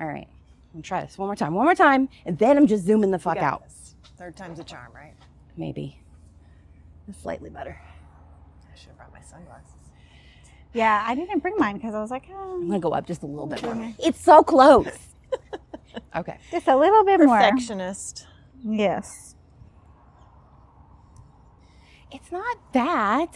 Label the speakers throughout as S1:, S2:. S1: All right. I'm gonna try this one more time. One more time. And then I'm just zooming the fuck
S2: got
S1: out.
S2: this. Third time's a charm, right?
S1: Maybe. Slightly better.
S2: I should have brought my sunglasses.
S3: Yeah, I didn't bring mine because I was like,
S1: I'm
S3: oh,
S1: gonna go up just a little bit more. It's so close. okay.
S3: just a little bit
S2: Perfectionist.
S3: more. Yes.
S1: It's not that.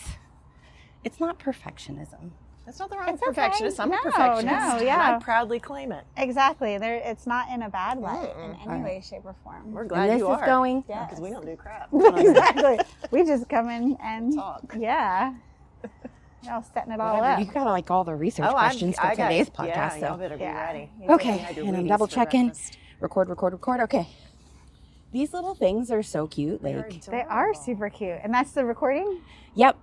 S1: It's not perfectionism.
S2: That's not the wrong
S3: It's okay.
S2: perfectionist. I'm
S3: No,
S2: a
S3: no,
S2: perfectionist. And
S3: yeah.
S2: I proudly claim it.
S3: Exactly. There, it's not in a bad way in
S2: Mm-mm.
S3: any way, shape, or form.
S2: We're glad
S1: and this
S2: you are.
S1: is going.
S2: because we don't do crap. Oh,
S3: exactly. We just come in and
S2: Talk.
S3: Yeah. We're all setting it all
S1: Whatever. You
S3: up.
S1: got like all the research questions for
S2: Oh, got-
S1: today's
S2: yeah,
S1: podcast.
S2: y'all
S1: so
S2: better be
S3: Yeah.
S2: ready.
S3: Yeah.
S1: Okay,
S2: I do
S1: and I'm
S2: Wheaties
S1: double
S2: for
S1: checking.
S2: breakfast.
S1: Record, record, record. Okay. These little things are so cute.
S2: They're
S1: Like,
S3: They are
S2: adorable.
S3: super cute, and that's the recording.
S1: yep.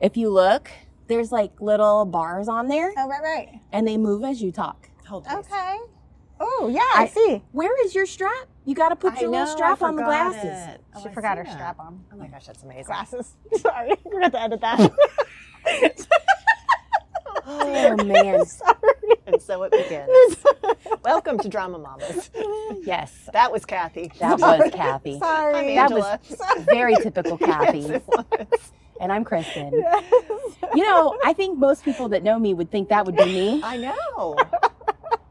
S1: If you look, there's like little bars on there
S3: Oh, right, right.
S1: and they move as you talk.
S2: Hold on.
S3: Okay. Oh, yeah. I,
S1: I-
S3: see.
S1: Where is your strap? You got to put
S2: I
S1: your
S2: know,
S1: little
S2: I
S1: strap on the
S2: forgot
S1: glasses.
S2: it. Oh,
S3: She
S2: I
S3: forgot
S2: see
S3: her
S2: that.
S3: strap on.
S2: Oh my gosh, that's amazing.
S3: Glasses. Sorry, we're gonna have to edit that.
S1: Oh man.
S2: And so it begins. Welcome to Drama Mamas.
S1: yes.
S2: That was Kathy.
S1: That was Kathy.
S3: Sorry.
S2: I'm
S1: That was
S2: Angela.
S1: very typical Kathy
S2: Yes, it was.
S1: and I'm Kristen. You know, I think most people that know me would think that would be me
S2: I know.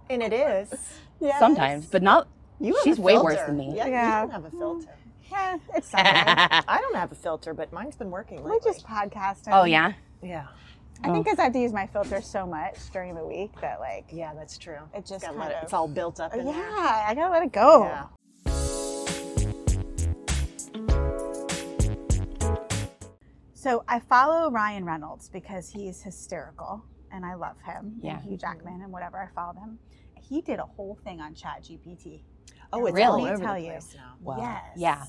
S2: And it is.
S3: Yes.
S1: sometimes, but not
S2: You have
S1: She's
S2: a
S1: way
S2: filter.
S1: worse than me.
S2: Yeah,
S3: Yeah.
S2: You don't have a filter.
S3: Yeah, it's something.
S2: I don't have a filter, but mine's been working
S3: we
S2: lately.
S3: just podcast. and-
S1: Oh yeah. Oh.
S2: yeah,
S3: I think because I have to use my filter so much during the week that like,
S2: yeah, that's true.
S3: It just
S2: Gotta
S3: kind
S2: let it-
S3: of-
S2: it's all built up. In there.
S3: yeah, I gotta let it go.
S2: Yeah.
S3: So I follow Ryan Reynolds because he's hysterical and I love him.
S1: Yeah.
S3: And Hugh Jackman and whatever. I followed him. He did a whole thing on Chat GPT.
S2: Oh, it's
S1: Really?
S2: all
S1: Let me
S2: over
S3: tell
S2: the
S3: you.
S2: place now.
S1: Wow.
S3: Yes.
S1: Yeah.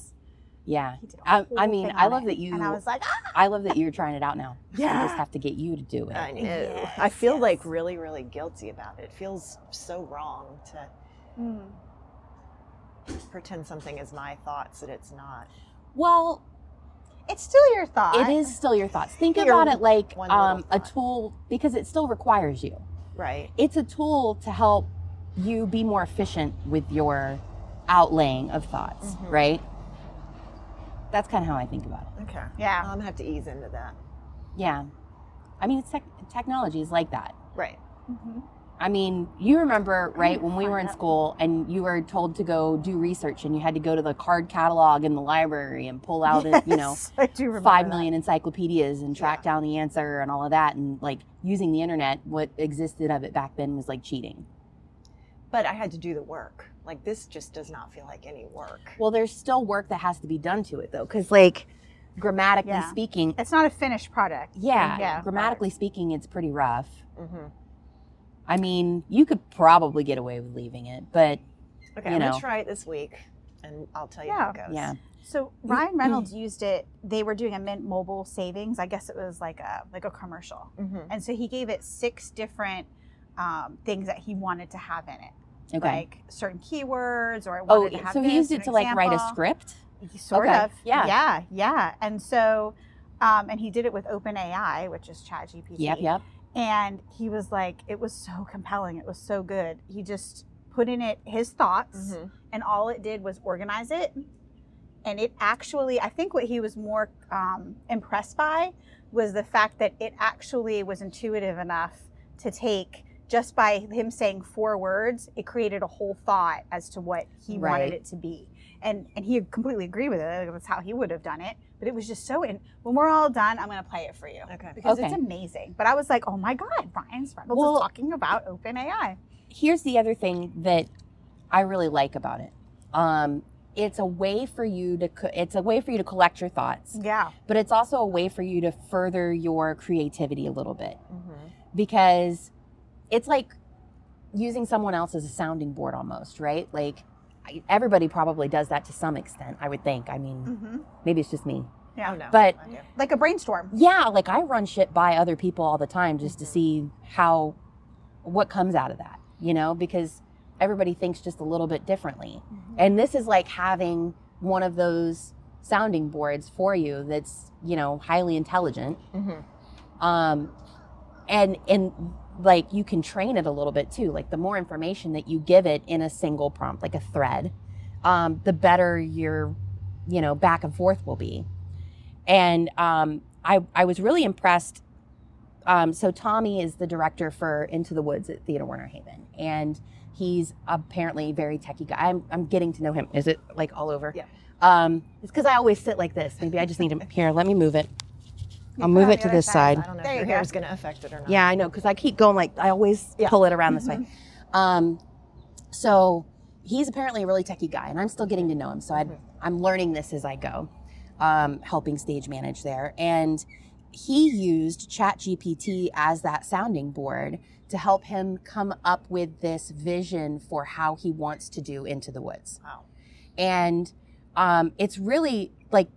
S1: Yeah.
S3: He did a
S1: I,
S3: whole
S1: I mean,
S3: thing
S1: I
S3: on
S1: love
S3: it.
S1: that you
S3: And I was like, ah,
S1: I love that you're trying it out now. I just
S3: yeah.
S1: have to get you to do it.
S2: I know.
S3: Yes,
S2: I feel
S3: yes.
S2: like really, really guilty about it. It feels so wrong to
S3: Mm.
S2: pretend something is my thoughts that it's not.
S1: Well,
S3: It's still your thought.
S1: it is still your thoughts. Think
S2: Your
S1: about it like
S2: one little
S1: um, a
S2: thought.
S1: tool because it still requires you.
S2: Right.
S1: It's a tool to help you be more efficient with your outlaying of thoughts,
S3: Mm-hmm.
S2: Mhm.
S1: right? That's kind of how I think about it.
S2: Okay. I'm
S3: Yeah.
S2: gonna have to ease into that.
S1: Yeah. I mean, it's tech- technology is like that.
S2: Right.
S3: Mhm.
S1: I mean, you remember, right, when we were in
S3: find that.
S1: school and you were told to go do research and you had to go to the card catalog in the library and pull out, a, you know,
S3: Yes, I do remember
S1: five
S3: that.
S1: million encyclopedias and track down the answer and all of that and like using the internet what existed of it back then was like cheating
S2: But I had to do the work. Like this just does not feel like any work.
S1: well there's still work that has to be done to it though because like grammatically
S3: Yeah.
S1: speaking
S3: It's not a finished product.
S1: yeah,
S3: Yeah.
S1: grammatically speaking it's pretty rough
S2: Mm-hmm.
S1: i mean you could probably get away with leaving it but
S2: Okay.
S1: You
S2: I'm
S1: know.
S2: gonna try it this week, and I'll tell you how it goes.
S1: yeah
S3: So Ryan
S1: mm.
S3: Reynolds used it. They were doing a Mint Mobile savings. I guess it was like a like a commercial.
S2: Mm-hmm.
S3: And so he gave it six different um, things that he wanted to have in it,
S1: okay
S3: like certain keywords or it
S1: oh
S3: wanted to have
S1: so
S3: this,
S1: he used
S3: an
S1: it to like write a
S3: example.
S1: script
S3: Sort
S1: Okay,
S3: of.
S1: yeah.
S3: Yeah. Yeah. And so, um, and he did it with OpenAI, which is ChatGPT.
S1: yep yep
S3: And he was like, it was so compelling. It was so good. He just put in it his thoughts
S1: Mm-hmm.
S2: Mm-hmm.
S3: and all it did was organize it. And it actually, I think what he was more um, impressed by was the fact that it actually was intuitive enough to take just by him saying four words, it created a whole thought as to what he
S1: Right.
S3: wanted it to be. And, and he completely agreed with it. like, That's how he would have done it. But it was just so. In, when we're all done, I'm going to play it for you
S2: Okay.
S3: because it's
S1: Okay.
S3: amazing. But I was like, oh my God, Ryan Reynolds
S1: Well-
S3: is talking about OpenAI.
S1: here's the other thing that I really like about it. Um, it's a way for you to co- it's a way for you to collect your thoughts,
S3: Yeah.
S1: but it's also a way for you to further your creativity a little bit
S2: Mm-hmm.
S1: because it's like using someone else as a sounding board almost, right? Like I- everybody probably does that to some extent, I would think. I mean,
S3: hmm
S1: maybe it's just me.
S2: Oh no.
S1: But-
S2: I do.
S3: Like a brainstorm.
S1: Yeah, like I run shit by other people all the time just to
S2: Mhm.
S1: see how what comes out of that, you know, because everybody thinks just a little bit differently.
S2: Mm-hmm.
S1: And this is like having one of those sounding boards for you that's, you know, highly intelligent.
S2: Mhm.
S1: Um, and and like you can train it a little bit too. Like the more information that you give it in a single prompt, like a thread, um, the better your, you know, back and forth will be. And um, I, I was really impressed. Um, so Tommy is the director for Into the Woods at Theater Warner Haven, and he's apparently very techie guy. I'm, I'm getting to know him. Is it like all over?
S2: Yeah.
S1: Um, it's because I always sit like this. Maybe I just need to. Here, let me move it.
S3: You
S1: I'll
S3: put
S1: move
S3: on
S1: it
S3: the
S1: to
S3: other
S1: this
S3: side.
S2: I don't know
S3: There
S2: if your
S3: you
S2: hair
S3: go.
S2: is going to affect it or not.
S1: Yeah, I know, because I keep going like I always
S2: Yeah.
S1: pull it around this way. Um, so he's apparently a really techie guy, and I'm still getting to know him. So I,
S2: Mhm.
S1: I'm learning this as I go, um, helping stage manage there. And he used ChatGPT as that sounding board to help him come up with this vision for how he wants to do Into the Woods.
S2: Wow.
S1: And um, it's really like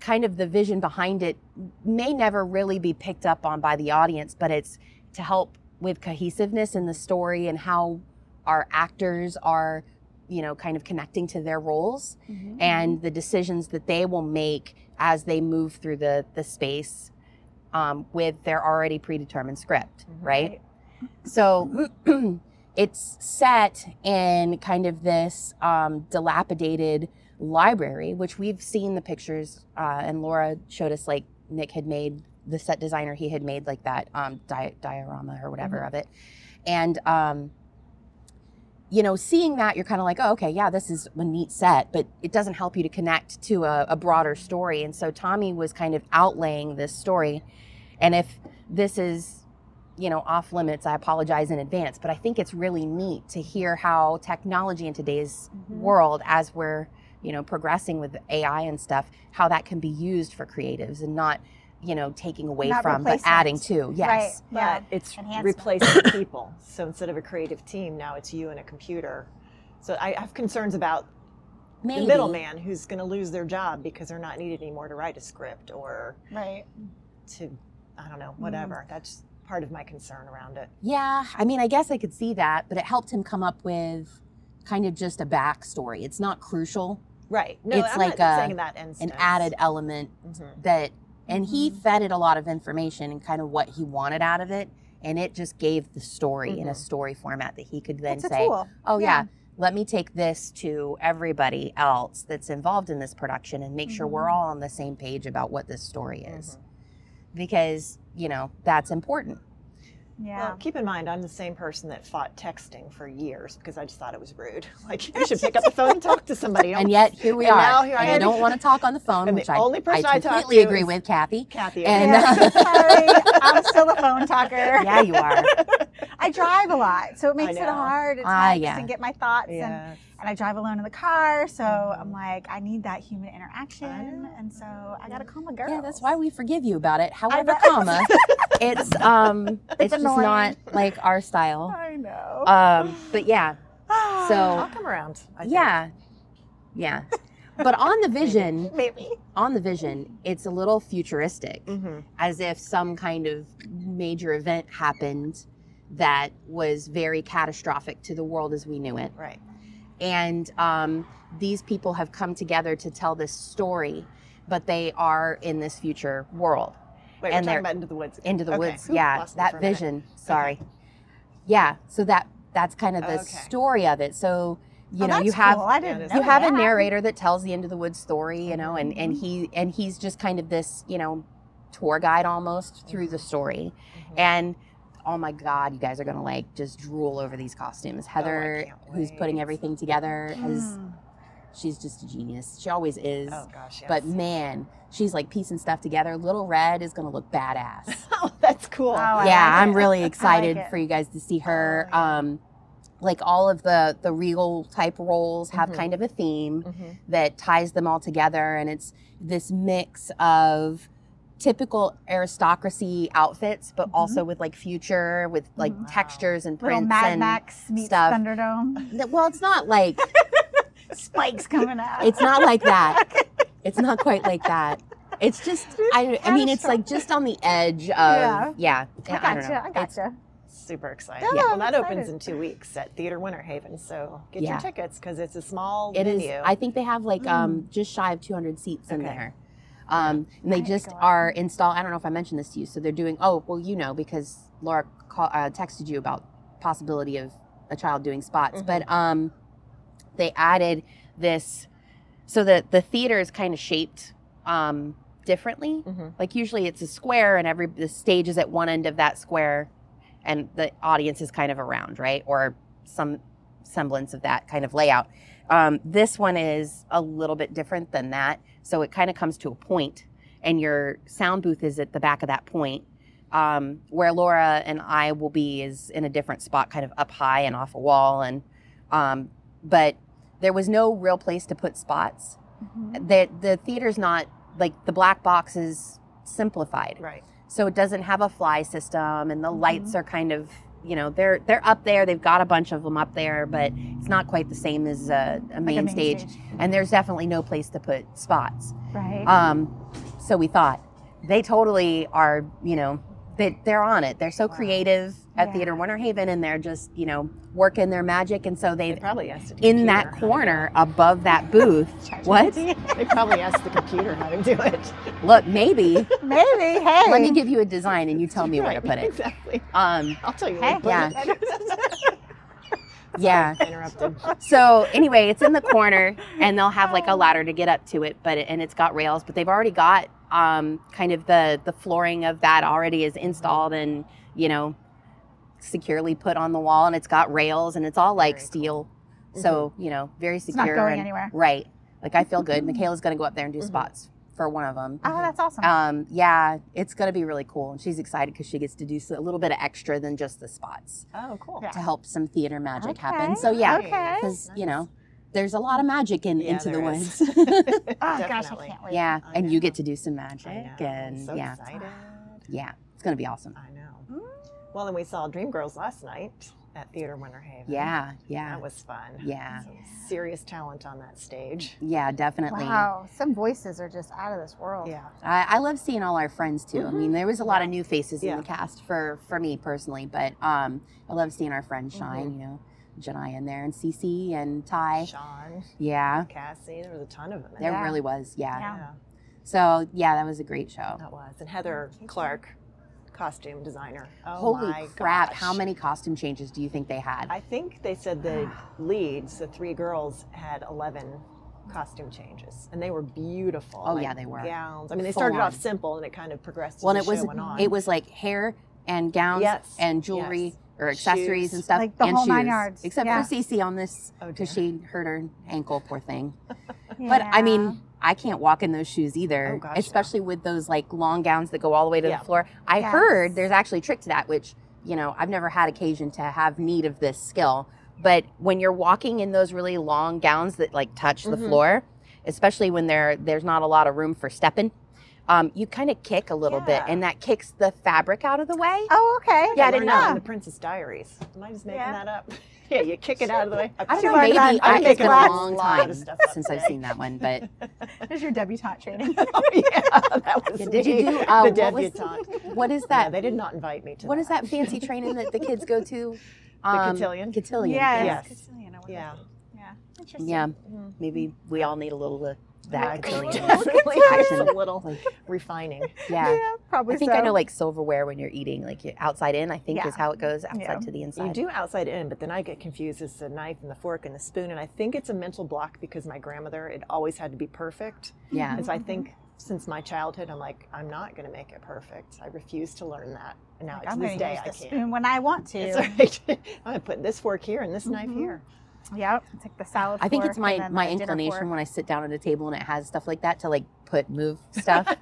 S1: kind of the vision behind it may never really be picked up on by the audience, but it's to help with cohesiveness in the story and how our actors are, you know, kind of connecting to their roles and the decisions that they will make as they move through the the space um, with their already predetermined script,
S2: Mhm.
S1: right? So it's set in kind of this um, dilapidated library, which we've seen the pictures, uh, and Laura showed us like Nick had made the set designer, he had made like that um, di- diorama or whatever of it. And, um, you know, seeing that, you're kind of like, oh, okay, yeah, this is a neat set, but it doesn't help you to connect to a, a broader story. And so Tommy was kind of outlaying this story. And if this is you know off limits i apologize in advance but i think it's really neat to hear how technology in today's
S3: Mm-hmm.
S1: world as we're you know progressing with ai and stuff how that can be used for creatives and not you know taking away
S3: Not
S1: from but
S3: replacement.
S1: adding to yes
S3: Right. Yeah.
S2: But it's
S3: Enhancement.
S2: replacing people. So instead of a creative team, now it's you and a computer. So I I have concerns about
S1: maybe
S2: the middleman who's going to lose their job because they're not needed anymore to write a script or
S3: Right.
S2: to, I don't know, whatever. That's part of my concern around it.
S1: yeah i mean i guess i could see that but it helped him come up with kind of just a backstory it's not crucial
S2: Right. No,
S1: It's
S2: I'm
S1: like
S2: not
S1: a-
S2: saying in that instance.
S1: an added element
S2: Mhm.
S1: that and he
S2: Mm-hmm.
S3: Mhm.
S1: fed it a lot of information and kind of what he wanted out of it and it just gave the story in a
S2: Mm-hmm.
S1: story format that he could then
S3: It's a
S1: say
S3: tool.
S1: oh yeah.
S3: Yeah.
S1: let me take this to everybody else that's involved in this production and make sure we're
S2: Mm-hmm.
S1: all on the same page about what this story is
S2: Mhm.
S1: because you know that's important
S3: Yeah.
S2: Well, keep in mind, I'm the same person that fought texting for years because I just thought it was rude. Like, you should pick up the phone and talk to somebody. Don't-
S1: and yet here we
S2: And
S1: are
S2: now here I
S1: and i
S2: am.
S1: don't want to talk on the phone
S2: And the
S1: which I,
S2: only person
S1: I
S2: I talk
S1: completely
S2: to
S1: agree
S2: is-
S1: with kathy
S2: Kathy.
S1: And-
S3: Yeah, sorry, I'm still the phone talker.
S1: yeah you are
S3: I drive a lot, so it makes it
S2: know.
S3: hard to text
S1: Ah, yeah.
S3: and get my thoughts. And,
S2: yeah.
S3: and I drive alone in the car, so I'm
S2: Mhm.
S3: like, Mm-hmm. I need that human interaction, and so I gotta call my girl.
S1: Yeah, that's why we forgive you about it. However,
S3: know.
S1: comma, it's um, it's just
S3: annoying.
S1: not like our style.
S3: I know.
S1: Um, but yeah,
S2: Ah, I'll
S1: so
S2: come around. I think.
S1: yeah, yeah. But on the vision,
S2: Maybe.
S1: on the vision, it's a little futuristic,
S2: Mm-hmm.
S1: as if some kind of major event happened that was very catastrophic to the world as we knew it.
S2: Right.
S1: and um, these people have come together to tell this story, but they are in this future world.
S2: Wait,
S1: And
S2: we're
S1: they're-
S2: talking about Into the Woods.
S1: into the
S2: Okay.
S1: woods.
S2: Whew,
S1: yeah,
S2: lost me for
S1: that
S2: a minute.
S1: vision. Sorry. Yeah, so that that's kind of the
S2: Okay.
S1: story of it. So you
S3: Oh,
S1: know, you
S3: that's
S1: have
S3: cool. I didn't
S2: you
S3: know
S1: you have a
S3: that.
S1: narrator that tells the end of the woods story, you know, and
S2: Mm-hmm.
S1: and he and he's just kind of this you know tour guide almost through the story,
S2: Mhm.
S1: and. Oh my God! You guys are gonna like just drool over these costumes. Heather,
S2: Oh, can't
S1: who's putting
S2: wait.
S1: everything together, has
S3: Mm.
S1: she's just a genius. She always is.
S2: Oh gosh, yes.
S1: But man, she's like piecing stuff together. Little Red is gonna look badass
S2: oh, that's cool.
S3: Oh, I
S1: yeah,
S3: like
S1: I'm
S3: it.
S1: really excited
S3: it.
S1: for you guys to see her.
S2: Oh, yeah.
S1: Um, like all of the the regal type roles have
S3: Mm-hmm.
S2: Mhm.
S1: kind of a theme
S2: Mhm.
S1: that ties them all together, and it's this mix of typical aristocracy outfits, but
S3: Mhm.
S1: also with like future, with like
S3: Mhm.
S1: textures and
S3: Little
S1: prints
S3: Mad
S1: and
S3: Max meets
S1: stuff.
S3: Thunderdome.
S1: well, it's not like
S3: Spikes coming out.
S1: it's not like that. It's not quite like that. It's just I, I mean it's like just on the edge of yeah
S3: Yeah.
S1: yeah
S3: I
S1: I don't know.
S3: gotcha. I
S1: It's-
S3: gotcha.
S2: Super excited.
S3: Yeah,
S2: well,
S3: I'm
S2: that opens
S3: excited.
S2: in two weeks at Theater Winter Haven. So get
S1: Yeah.
S2: your tickets because it's a small
S1: It is.
S2: venue.
S1: I think they have like um, just shy of 200 seats in
S2: Okay.
S1: there. Um, and they
S3: Right,
S1: just
S3: go on.
S1: are install. I don't know if I mentioned this to you. So they're doing. Oh well, you know because Laura call, uh, texted you about possibility of a child doing spots,
S2: Mhm.
S1: but um, they added this. So the the theater is kind of shaped um, differently.
S2: Mhm.
S1: Like usually it's a square, and every the stage is at one end of that square, and the audience is kind of around, right, or some semblance of that kind of layout. Um, this one is a little bit different than that, so it kind of comes to a point, and your sound booth is at the back of that point. Um, where Laura and I will be is in a different spot, kind of up high and off a wall, and um, but there was no real place to put spots.
S3: Mm-hmm.
S1: The the theater's not like the black box is simplified,
S2: Right.
S1: so it doesn't have a fly system, and the
S3: Mhm.
S1: lights are kind of you know they're they're up there. They've got a bunch of them up there, but it's not quite the same as a, a main,
S3: Like a
S1: stage. And there's definitely no place to put spots.
S3: Right.
S1: Um, so we thought they totally are. You know, they they're on it. They're so
S2: Wow.
S1: creative at
S3: Yeah.
S1: Theater Winter Haven, and they're just you know working their magic. And so
S2: They
S1: they've
S2: probably asked the
S1: in that
S2: computer
S1: corner above that booth.
S2: how to do it.
S1: what?
S2: They probably asked the computer how to do it.
S1: Look, maybe
S3: Maybe. Hey.
S1: let me give you a design and you tell me where to
S2: Right,
S1: put it.
S2: Exactly.
S1: Um,
S2: I'll tell you
S3: Hey.
S2: where to put
S1: Yeah.
S2: it.
S1: yeah.
S2: Interrupted.
S1: So anyway, it's in the corner, and they'll have like a ladder to get up to it, but it, and it's got rails, but they've already got um, kind of the the flooring of that already is installed and you know securely put on the wall, and it's got rails and it's all like
S2: Very cool.
S1: steel, so you know very
S3: Mm-hmm. it's
S1: secure
S3: not going
S1: and
S3: anywhere. Mm-hmm.
S1: right. Like I feel good. Michaela's gonna go up there and do
S2: Mhm.
S1: spots for one of them.
S3: Oh, that's awesome.
S1: Um, yeah, it's gonna be really cool, and she's excited because she gets to do s- a little bit of extra than just the spots
S2: Oh, cool.
S3: Yeah.
S1: to help some theater magic happen.
S3: Okay,
S1: So yeah,
S3: Okay.
S1: because you
S2: Nice.
S1: know there's a lot of magic in
S2: Yeah,
S1: into the
S2: there is.
S1: woods
S3: oh gosh, I
S2: Definitely.
S3: can't wait.
S1: yeah
S2: I
S1: and you
S2: know.
S1: get to do some
S2: I know.
S1: magic
S2: I'm
S1: and
S2: so
S1: yeah
S2: excited.
S1: yeah it's gonna be awesome
S2: I know. Well, and we saw Dreamgirls last night at Theater Winter Haven.
S1: yeah yeah
S2: That was fun.
S1: yeah
S2: Some serious talent on that stage.
S1: yeah definitely
S3: Wow, some voices are just out of this world.
S2: Yeah.
S1: I, I love seeing all our friends too i
S2: Mhm.
S1: mean there was a lot of new faces in
S2: Yeah.
S1: the cast for for me personally but um i love seeing our friends
S2: Mm-hmm.
S1: shine you know Janai in there and Cece and Ty
S2: Sean,
S1: yeah
S2: Cassie, there was a ton of them. in
S1: there
S3: Yeah.
S1: really was yeah.
S3: Yeah.
S1: so yeah that was a great show
S2: that was. And Heather Clark, costume designer. Oh my
S1: holy crap
S2: gosh.
S1: how many costume changes do you think they had
S2: I think they said the leads, the three girls, had 11 costume changes, and they were beautiful.
S1: Oh, yeah, they were.
S2: Gowns. I mean, they
S1: Full
S2: started off
S1: on.
S2: simple, and it kind of progressed
S1: Well, and
S2: as the
S1: it was-
S2: show went on.
S1: It was like hair and gowns
S2: Yes.
S1: and jewelry
S2: Yes.
S1: or accessories
S2: Shoes.
S1: and stuff
S3: Like the
S1: and
S3: whole
S1: shoes.
S3: nine yards.
S1: Except
S3: Yeah.
S1: for Cece on this
S2: oh, dear.
S1: because she hurt her ankle, poor thing. But I mean, I can't walk in those shoes either,
S2: Oh, gosh, no.
S1: especially with those like long gowns that go all the way to
S2: Yeah.
S1: the floor. I
S3: Yes.
S1: heard there's actually a trick to that, which you know I've never had occasion to have need of this skill. But when you're walking in those really long gowns that like touch the
S2: Mhm.
S1: floor, especially when there there's not a lot of room for stepping, um, you kind of kick a little bit,
S2: Yeah.
S1: and that kicks the fabric out of the way.
S3: oh okay.
S1: Yeah, I
S2: learned
S1: didn't
S2: that
S1: know.
S2: in the Princess Diaries. Am I just making
S3: Yeah.
S2: that up? yeah, you kick it out of the way.
S1: I
S3: She
S1: don't know,
S3: learned
S1: maybe
S3: that. I
S1: I think it's
S3: think
S1: been a
S3: that's
S1: long
S2: a lot of
S1: time
S2: stuff up
S1: since I've
S2: today.
S1: seen that one, but
S3: There's your debutante training.
S2: oh, yeah, that was
S1: Did you
S2: me,
S1: do, uh,
S2: the
S1: what was-
S2: debutante.
S1: what is
S2: Yeah,
S1: that?
S2: they did not invite me to.
S1: what is that fancy training that the kids go to? Um,
S2: cotillion?
S1: Cotillion.
S3: Yes.
S2: Yes.
S3: Cotillion, I wonder if
S2: Yeah.
S3: it- Yeah. Interesting. Mm-hmm.
S1: Yeah.
S2: Mhm.
S1: Maybe we all need a little of
S2: Yeah,
S1: that
S2: cotillion.
S1: cotillion.
S2: Definitely needs a
S1: Action.
S2: little
S1: Like,
S2: refining.
S1: yeah.
S3: probably.
S1: I think
S3: so.
S1: I know like silverware when you're eating, like you're outside in, I think
S3: Yeah.
S1: is how it goes outside
S3: Yeah.
S1: to the
S2: You
S1: inside.
S2: do outside in, but then I get confused as the knife and the fork and the spoon. And I think it's a mental block because my grandmother, it always had to be perfect.
S1: Yeah.
S2: And so I think since my childhood, I'm like, I'm not going to make it perfect. I refuse to learn that. And now
S3: Like,
S2: to
S3: I'm
S2: this
S3: going to
S2: day,
S3: use
S2: I
S3: the
S2: can't.
S3: spoon when I want to.
S2: It's all right. I'm going to put this fork here and this knife
S3: Mhm.
S2: here.
S3: Yep. It's like the salad.
S1: I think it's
S3: fork
S1: my
S3: and then
S1: my
S3: the dinner
S1: inclination
S3: fork.
S1: when I sit down at a table and it has stuff like that to like put move stuff.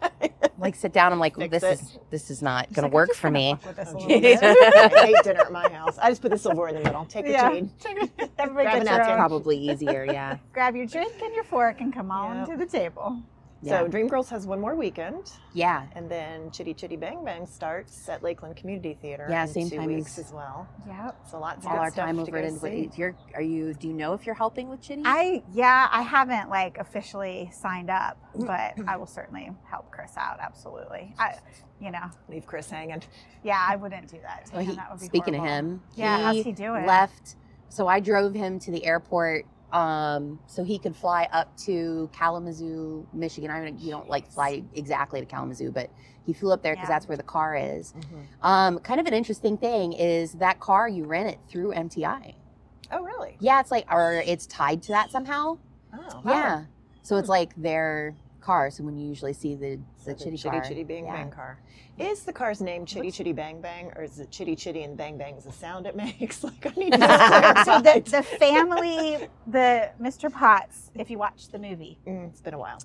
S1: like sit down, I'm like, "Ooh,
S2: Fix
S1: this
S2: it.
S1: is this is not
S3: Just
S1: gonna
S3: like, I'm
S1: work
S3: just
S1: for
S3: gonna
S1: me.
S3: fuck with this a
S2: Oh,
S3: little
S2: geez.
S3: bit.
S2: I hate dinner at my house. I just put the silverware in the middle. Take a
S3: Yeah.
S2: chain.
S3: Everybody
S2: Grab an
S3: gets your
S2: apple.
S3: own-
S1: Probably easier, yeah.
S3: Grab your drink and your fork and come on
S2: Yep.
S3: to the table.
S1: Yeah.
S2: So Dreamgirls has one more weekend,
S1: yeah.
S2: and then Chitty Chitty Bang Bang starts at Lakeland Community Theater.
S1: Yeah,
S2: in
S1: same
S2: two
S1: time
S2: weeks
S1: as-
S2: as well.
S3: Yep.
S2: So lots of
S1: all
S2: good
S1: our
S2: stuff
S1: time
S2: to
S1: over it.
S2: go
S1: And
S2: see.
S1: what- you're, are you? Do you know if you're helping with Chitty?
S3: I yeah, I haven't like officially signed up, but I will certainly help Chris out. Absolutely. I, you know,
S2: Leave Chris hanging.
S3: yeah, I wouldn't do that. To
S1: Well,
S3: him.
S1: he-
S3: that would be
S1: speaking
S3: horrible.
S1: of him,
S3: yeah, how's
S1: he
S3: he doing?
S1: left. So I drove him to the airport Um, so he could fly up to Kalamazoo, Michigan. I mean, you don't like fly exactly to Kalamazoo, but he flew up there because
S3: Yeah.
S1: that's where the car is.
S2: Mhm.
S1: Um, kind of an interesting thing is that car you rent it through MTI.
S2: Oh, really?
S1: Yeah, it's like or it's tied to that somehow.
S2: Oh,
S1: Yeah, so
S3: Hmm.
S1: it's like their car. So when you usually see the the chitty
S2: Chitty
S1: car,
S2: Chitty Bang
S1: yeah.
S2: Bang car. Is the car's name Chitty Chitty Bang Bang, or is it Chitty Chitty and Bang Bang's the sound it makes? Like I need to know.
S3: so the, the family, the Mr. Potts, if you watch the movie,
S2: Mm, it's been a while.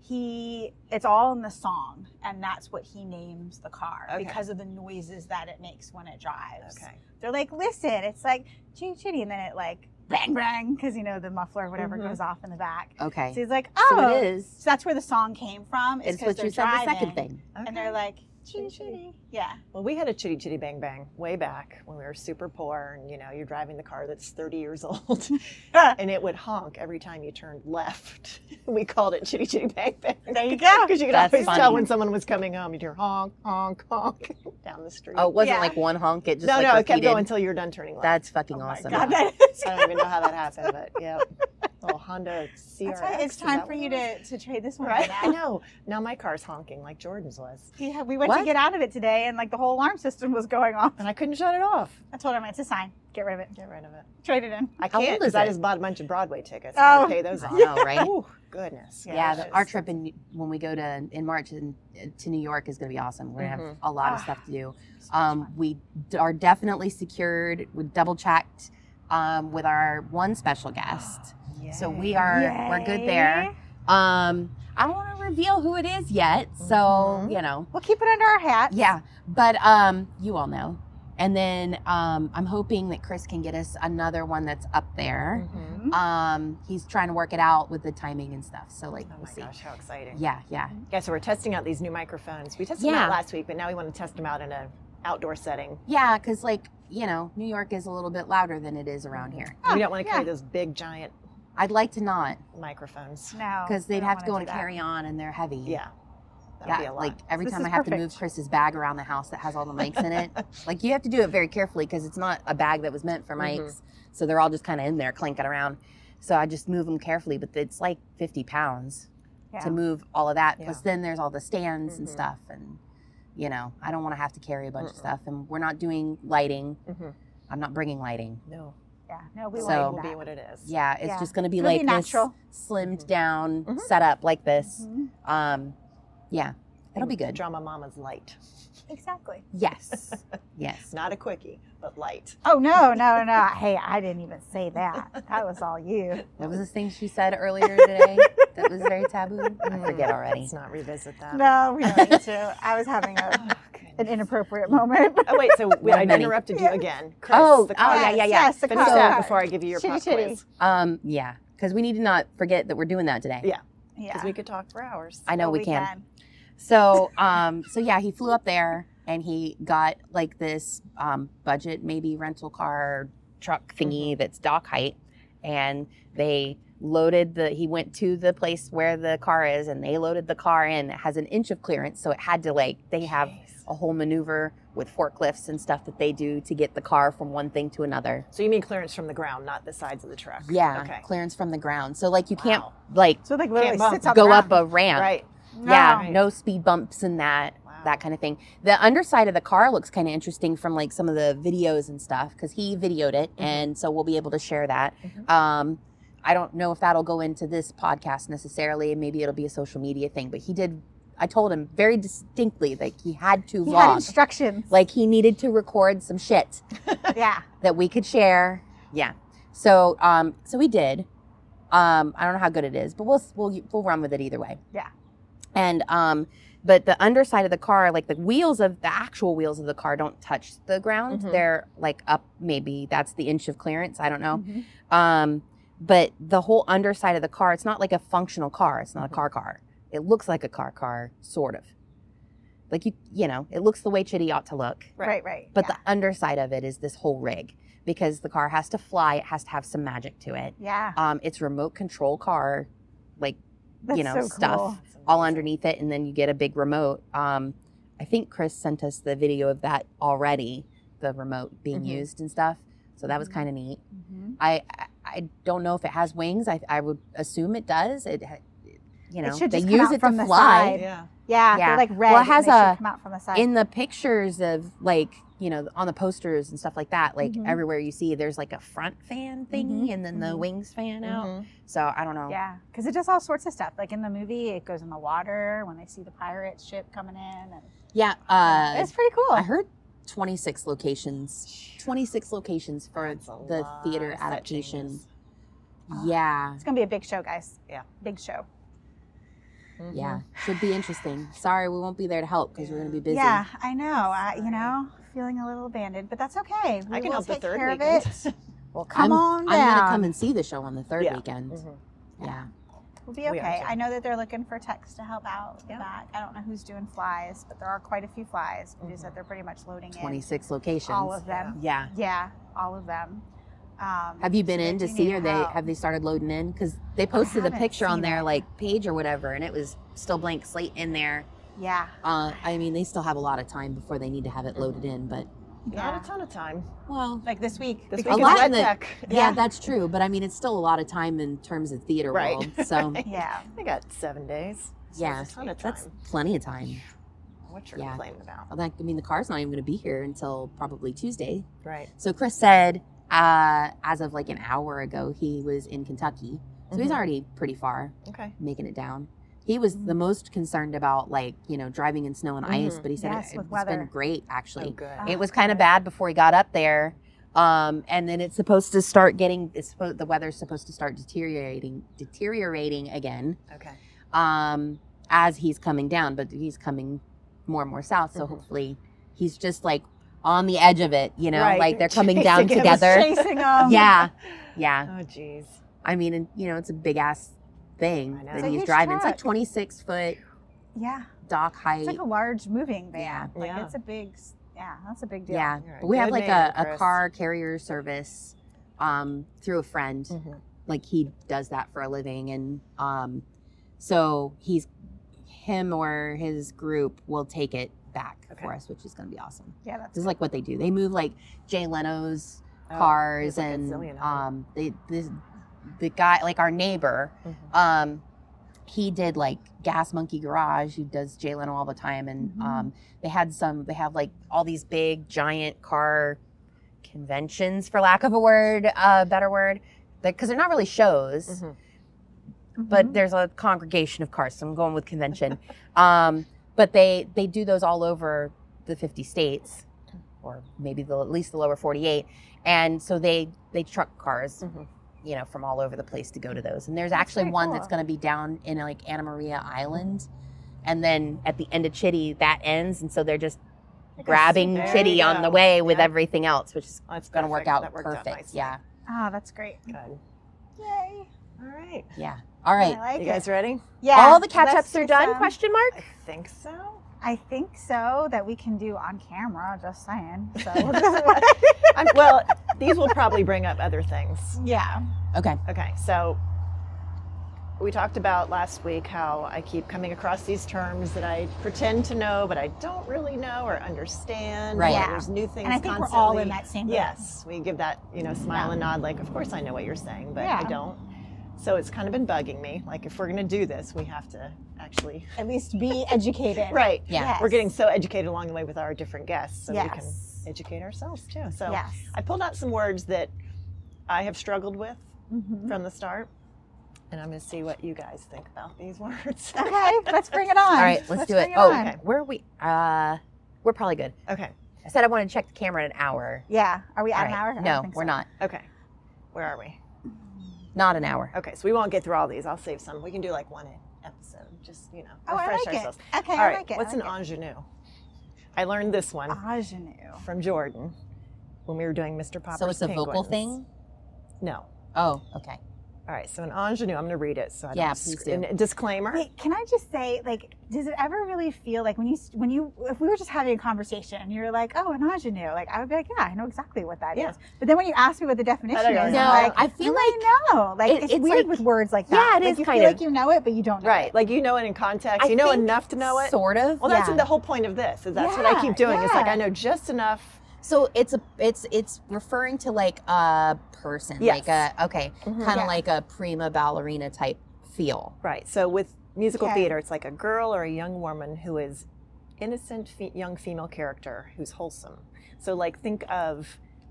S3: he it's all in the song, and that's what he names the car
S2: Okay.
S3: because of the noises that it makes when it drives.
S2: Okay.
S3: They're like, listen, it's like chitty chitty, and then it like bang bang because you know the muffler or whatever
S2: Mhm.
S3: goes off in the back.
S1: Okay,
S3: So he's like,
S1: so
S3: oh,
S1: it is.
S3: So that's where the song came from. Is
S1: It's
S3: 'cause
S1: what
S3: they're
S1: you said the second
S3: driving,
S1: thing.
S3: And they're
S2: Okay.
S3: like,
S2: Chitty
S3: chitty
S2: chitty.
S3: chitty. Yeah.
S2: Well, we had a chitty chitty bang bang way back when we were super poor, and you know, you're driving the car that's 30 years old, and it would honk every time you turned left. We called it chitty chitty bang bang.
S3: There you go.
S2: Because you could
S1: That's
S2: always tell
S1: funny.
S2: when someone was coming home, you'd hear honk, honk, honk down the street.
S1: Oh, it wasn't
S3: Yeah.
S1: like one honk. It just
S2: no,
S1: like,
S2: no, it kept
S1: repeated.
S2: going until you were done turning left.
S1: That's fucking
S2: Oh my
S1: awesome.
S3: God,
S2: God,
S3: that is.
S2: I don't even know how that happened, but yeah. Little Honda CRX.
S3: That's why it's
S2: is
S3: time
S2: that
S3: for
S2: what it
S3: you
S2: was?
S3: to, to trade this one
S2: Right?
S3: right,
S2: I
S3: now.
S2: know. Now my car's honking like Jordan's was.
S3: Yeah, we went
S1: What?
S3: to get out of it today, and like the whole alarm system was going off.
S2: And I couldn't shut it off.
S3: I told him it's a sign. Get rid of it.
S2: Get rid of it.
S3: Trade it in.
S2: I
S1: How old
S2: can't
S1: is
S2: because I
S1: it?
S2: just bought a bunch of Broadway tickets. I gotta
S3: Oh.
S2: pay those
S1: I
S2: off.
S1: know, right?
S2: Ooh, goodness.
S1: Yeah,
S2: that
S1: the-
S2: is-
S1: our trip in when we go to in March in, to New York is going to be awesome. We're going to have
S2: Mm-hmm.
S1: a lot of
S3: Ah.
S1: stuff to do. Um, we d- are definitely secured. We double checked um, with our one special guest, so we
S2: Yay.
S1: are we're good there.
S3: Yay.
S1: Um, I don't want to reveal who it is yet, so
S2: Mhm.
S1: you know,
S3: We'll keep it under our hat.
S1: yeah. But um, you all know. And then um, I'm hoping that Chris can get us another one that's up there.
S2: Mhm.
S3: Mm-hmm.
S1: Um, he's trying to work it out with the timing and stuff. So like,
S2: Oh
S1: we'll
S2: my
S1: see.
S2: gosh, how exciting.
S1: Yeah, yeah.
S3: Mm-hmm.
S2: Yeah, so we're testing out these new microphones. We tested them
S1: Yeah.
S2: out last week, but now we want to test them out in an outdoor setting.
S1: Yeah, because like you know, New York is a little bit louder than it is around here.
S3: Oh,
S2: we don't want to carry
S3: yeah.
S2: those big, giant
S1: I'd like to not
S2: microphones.
S3: No.
S1: because
S3: we
S1: Uh, they'd
S3: Oh, don't
S1: have to
S3: wanna
S1: go
S3: do
S1: and
S3: that.
S1: carry on, and they're heavy.
S2: Yeah. That would
S1: Yeah,
S2: be a lot.
S1: like every
S3: This
S1: time
S3: is
S1: I have to
S3: perfect.
S1: move Chris's bag around the house that has all the mics in it, like you have to do it very carefully because it's not a bag that was meant for mics.
S2: Mhm.
S1: So they're all just kind of in there clinking around. So I just move them carefully, but it's like 50 pounds
S3: Yeah.
S1: to move all of that.
S2: Yeah.
S1: Plus, then there's all the stands and
S2: Mhm.
S1: stuff. And, you know, I don't want to have to carry a bunch of
S2: Mm-mm.
S1: stuff. And we're not doing lighting.
S2: Mhm.
S1: I'm not bringing lighting.
S2: No.
S3: Yeah. No, we
S2: We
S1: So-
S2: want it
S3: want
S2: will be
S3: that.
S2: what it is.
S1: Yeah, it's
S3: Yeah.
S1: just going to be
S3: It'll
S1: like
S3: be
S1: this
S3: natural. Mm-hmm.
S1: slimmed
S2: Mhm.
S1: down
S2: Mhm.
S1: setup like this.
S3: Mhm.
S1: Um, yeah, it'll be good.
S2: Drama Mama's light.
S3: Exactly.
S1: Yes, yes.
S2: It's not a quickie, but light.
S3: Oh no, no, no. hey, I didn't even say that. That was all you.
S1: That was this thing she said earlier today that was very taboo. I forget already.
S2: Let's not revisit that.
S3: No, we don't need to. I was having a,
S2: Oh,
S3: an
S2: goodness.
S3: inappropriate moment.
S2: oh wait, so wait,
S1: One
S2: I
S1: many.
S2: interrupted you
S3: Yeah.
S2: again. Chris,
S1: Oh,
S2: the
S1: oh,
S2: car.
S1: yeah, yeah, yeah.
S3: Yes, the
S2: Finish
S3: car.
S2: that before I give you your
S3: Chitty
S2: pop
S3: chitty.
S2: quiz.
S1: Um, yeah, because we need to not forget that we're doing that today.
S2: Yeah.
S3: Yeah.
S2: Because we could talk for hours.
S1: I know
S3: But
S1: we, can. So, um, so yeah, he flew up there and he got like this um, budget maybe rental car truck thingy that's dock height, and they loaded the. He went to the place where the car is, and they loaded the car in. It has an inch of clearance, so it had to like they have
S2: Jeez.
S1: a whole maneuver with forklifts and stuff that they do to get the car from one thing to another.
S2: So you mean clearance from the ground, not the sides of the truck?
S1: Yeah,
S2: Okay.
S1: clearance from the ground. So like you can't
S2: Wow.
S1: like
S3: So like literally
S2: bump.
S3: sits on
S1: go
S3: the
S1: up
S3: ground.
S1: a ramp.
S2: Right.
S1: Yeah,
S2: Right.
S1: no speed bumps and that
S2: Wow.
S1: that kind of thing. The underside of the car looks kind of interesting from like some of the videos and stuff because he videoed it, and so we'll be able to share that.
S2: Mhm.
S1: Um, I don't know if that'll go into this podcast necessarily, and maybe it'll be a social media thing. But he did. I told him very distinctly that he had to
S3: He had
S1: vlog,
S3: instructions.
S1: like he needed to record some shit
S3: yeah.
S1: that we could share. Yeah. So um, so we did. Um, I don't know how good it is, but we'll we'll we'll run with it either way.
S3: Yeah.
S1: And um, but the underside of the car, like the wheels of the actual wheels of the car, don't touch the ground.
S2: Mhm.
S1: They're like up maybe that's the inch of clearance. I don't know.
S3: Mm-hmm.
S1: Um, but the whole underside of the car, it's not like a functional car. It's not
S2: Mhm.
S1: a car car. It looks like a car car, sort of. Like you you know, it looks the way Chitty ought to look.
S2: Right.
S3: Right. Right. right.
S1: But the underside of it is this whole rig because the car has to fly. It has to have some magic to it.
S3: yeah.
S1: Um, it's a remote control car, like
S3: That's
S1: you know,
S3: so
S1: stuff.
S3: cool.
S2: That's
S1: all
S2: amazing.
S1: underneath it, and then you get a big remote. Um, I think Chris sent us the video of that already, the remote being
S2: Mhm.
S3: Mm-hmm.
S1: used and stuff. So that was
S3: Mhm.
S1: kind of neat.
S3: Mhm.
S1: I, I I don't know if it has wings. I, I would assume it does. It, ha- you know,
S3: should
S1: they
S3: just come
S1: use
S3: out
S1: it
S3: from
S1: to
S3: the
S1: fly.
S3: side.
S2: Yeah.
S3: Yeah,
S1: Yeah.
S3: they're like red.
S1: Well, it
S3: and
S1: has
S3: they should
S1: a-
S3: come out from the side.
S1: in the pictures of like you know on the posters and stuff like that like
S3: Mhm.
S1: everywhere you see there's like a front fan thingy and then the
S3: mhm.
S1: wings fan out
S2: Mhm.
S1: so i don't know
S3: yeah, because it does all sorts of stuff. Like in the movie, it goes in the water when they see the pirate ship coming in. And,
S1: yeah uh
S3: it's pretty cool.
S1: i heard 26 locations 26 locations for
S2: Mm-hmm. That's a
S1: the
S2: lot
S1: theater
S2: of set
S1: adaptation
S2: changes.
S3: Ah.
S1: yeah
S3: it's gonna be a big show, guys.
S2: Yeah.
S3: big show.
S2: Mhm.
S1: yeah
S3: Mm-hmm.
S1: should be interesting sorry we won't be there to help because we're gonna be busy
S3: Yeah, I know. I, you
S2: Sorry.
S3: know, feeling a little abandoned, but that's okay. We
S2: I can
S3: will
S2: help the
S3: take
S2: third
S3: care
S2: weekend.
S3: of it. Well,
S1: I'm-
S3: come on
S1: i'm
S3: down. Mm-hmm.
S1: gonna come and see the show on the third
S2: Yeah.
S1: weekend
S2: Mhm.
S1: yeah
S3: We'll be
S2: We are,
S3: okay.
S2: too.
S3: I know that they're looking for techs to help out with
S2: Yeah.
S3: that. I don't know who's doing flies, but there are quite a few flies. It is
S2: Mhm.
S1: Mm-hmm.
S3: that they're pretty much loading in
S1: 26 locations
S3: all of them.
S1: yeah
S3: Yeah, all of them. Um,
S1: Have you been
S3: so they
S1: in to
S3: do
S1: see?
S3: need
S1: Are they
S3: help.
S1: have they started loading in? Because they posted a
S3: haven't
S1: picture on
S3: seen
S1: their
S3: it.
S1: like page or whatever, and it was still blank slate in there.
S3: Yeah.
S1: Uh, I mean, they still have a lot of time before they need to have it loaded in, but
S3: yeah.
S2: Not a ton of time.
S1: well,
S3: like this week.
S2: This
S3: because
S2: week
S1: A lot
S2: is
S1: in
S2: Ed
S1: the-
S2: Tech.
S1: yeah,
S3: Yeah.
S1: that's true. But I mean, it's still a lot of time in terms of theater
S2: Right.
S1: world. So
S3: Yeah.
S2: I got seven days. So
S1: yeah,
S2: That's a ton of time.
S1: that's plenty of time.
S2: What you're
S1: yeah.
S2: complaining about.
S1: Well, that- I mean, the car's not even going to be here until probably Tuesday.
S2: Right.
S1: So Chris said, uh, as of like an hour ago, he was in Kentucky, so he's
S3: Mm-hmm.
S2: Mhm.
S1: already pretty far.
S2: Okay.
S1: making it down. He was
S2: Mm.
S1: the most concerned about like you know driving in snow and ice,
S2: Mhm.
S1: but he said
S3: Yes,
S1: it,
S3: with
S1: has
S3: weather.
S1: been great
S2: Oh,
S1: actually.
S2: good.
S1: it was kind of bad before he got up there, um, and then it's supposed to start getting it's suppo- the weather's supposed to start deteriorating deteriorating again
S2: okay.
S1: um, as he's coming down, but he's coming more and more south, so
S2: Mhm.
S1: hopefully he's just like on the edge of it, you know,
S2: Right,
S1: like they're
S2: they're
S1: coming down
S2: chasing him.
S1: together.
S3: Chasing them.
S1: Yeah, yeah.
S2: Oh, geez.
S1: I mean, and, you know, it's a big ass thing
S2: I know. It's
S1: that
S2: a
S1: he's
S3: huge
S1: driving. It's like
S3: truck.
S1: 26 foot
S3: Yeah.
S1: dock height.
S3: It's like a large moving van.
S1: Yeah.
S3: Like
S2: Yeah.
S3: it's a big. s- Yeah, that's a big deal.
S1: yeah.
S2: You're a
S1: But we have
S2: good
S1: like
S2: man,
S1: a, a
S2: Chris.
S1: car carrier service um, through a friend.
S2: Mhm.
S1: Like he does that for a living. And um, so he's, him or his group will take it back
S2: Okay.
S1: for us, which is going to be awesome.
S3: Yeah, that's
S1: This is like what they do. They move like Jay Leno's
S2: Oh,
S1: cars
S2: there's like a
S1: and
S2: zillion of them.
S1: um they this the guy like our neighbor
S2: Mhm.
S1: um he did like gas monkey garage who does jay leno all the time and
S3: Mhm.
S1: um they had some they have like all these big giant car conventions for lack of a word uh better word because they're not really shows
S2: Mhm.
S1: but
S2: Mm-hmm.
S3: Mhm.
S1: there's a congregation of cars so i'm going with convention um but they they do those all over the 50 states or maybe the, at least the lower 48 and so they they truck cars
S2: Mhm.
S1: you know from all over the place to go to those and there's
S3: That's
S1: actually
S3: pretty
S1: one
S3: cool.
S1: that's going to be down in like anna maria island and then at the end of chitty that ends and so they're just
S2: Like a
S1: grabbing
S2: super-
S1: chitty
S2: There you
S1: on the
S2: go.
S1: way with
S2: Yeah.
S1: everything else which is
S2: Oh, it's
S1: going to work
S2: perfect.
S1: out
S2: That worked
S1: perfect
S2: nicely.
S1: yeah
S3: Oh, that's great.
S2: Good.
S3: Yay.
S2: All right.
S1: yeah all right
S3: I like
S2: You
S3: it.
S2: guys ready?
S3: yeah.
S1: all the
S3: let's
S1: catch-ups
S3: do
S1: are done
S3: some-
S1: question mark
S2: I think so.
S3: I think so that we can do on camera. Just saying. So
S2: I'm, well, these will probably bring up other things.
S3: yeah.
S1: okay
S2: Okay, so we talked about last week how I keep coming across these terms that I pretend to know, but I don't really know or understand.
S1: Right.
S2: or
S3: Yeah.
S2: There's new things.
S3: And I think
S2: constantly.
S3: we're all in that same. boat.
S2: Yes, we give that you know smile and nod, like of course I know what you're saying, but I
S3: Yeah.
S2: don't. So it's kind of been bugging me. Like if we're gonna do this, we have to actually.
S3: At least be educated.
S2: Right.
S1: Yeah.
S3: Yes.
S2: We're getting so educated along the way with our different guests, so we can
S3: yes.
S2: educate ourselves too. So
S3: yes.
S2: I pulled out some words that I have struggled with
S3: Mhm.
S2: from the start. And I'm going to see what you guys think about these words.
S3: Okay. Let's bring it on.
S1: all right let's do it
S3: bring
S1: oh
S3: on.
S2: Okay.
S1: where are we uh we're probably good
S2: okay.
S1: I said I wanted to check the camera in an hour.
S3: Yeah. Are we at an
S1: All right.
S3: hour? I don't
S1: No,
S3: think
S1: we're
S3: so. Oh,
S1: not.
S2: Okay. Where are we?
S1: Not an hour.
S2: Okay. So we won't get through all these. I'll save some. We can do like one e-, episode. Just, you know,
S3: Oh, I
S2: refresh
S3: like
S2: ourselves.
S3: it. Okay.
S2: all
S3: I
S2: right.
S3: like it. Uh-huh. I
S2: What's
S3: like
S2: an ingenue? I learned this one
S3: it. ingenue?
S2: from Jordan when we were doing Mr. Popper's
S1: so it's a vocal
S2: Penguins.
S1: thing.
S2: No.
S1: Oh, okay.
S2: All right. So an ingenue, I'm going to read it. So I
S1: Yeah,
S2: don't
S1: please
S2: sc-
S1: do.
S2: and a disclaimer.
S3: Wait, can I just say, like, does it ever really feel like when you when you if we were just having a conversation and you were like, oh, an ingenue, like I would be like, yeah, I know exactly what that is.
S2: Yeah.
S3: But then when you ask me what the definition
S2: I
S3: is,
S2: know.
S1: No,
S3: I'm like,
S1: I feel
S3: I
S1: like
S3: know. Like
S1: it-
S3: it's,
S1: it's
S3: weird
S1: like-
S3: with words like
S1: Yeah,
S3: that.
S1: it
S3: like,
S1: is
S3: you
S1: kind
S3: feel
S1: of.
S3: like you know it, but you don't know
S2: Right.
S3: it.
S2: Like you know it in context.
S1: I
S2: you know
S1: think
S2: enough to know it.
S1: Sort of.
S2: Well, that's
S1: yeah.
S2: the whole point of this. Is that's what I
S3: Yeah,
S2: keep doing. It's like
S3: yeah.
S2: I know just enough
S1: So it's a it's it's referring to like a person,
S2: Yes.
S1: like a okay,
S2: Mhm.
S1: kind of
S3: Mm-hmm. Yeah.
S1: like a prima ballerina type feel.
S2: Right. So with musical
S3: Okay.
S2: theater, it's like a girl or a young woman who is innocent fe- young female character who's wholesome. So like think of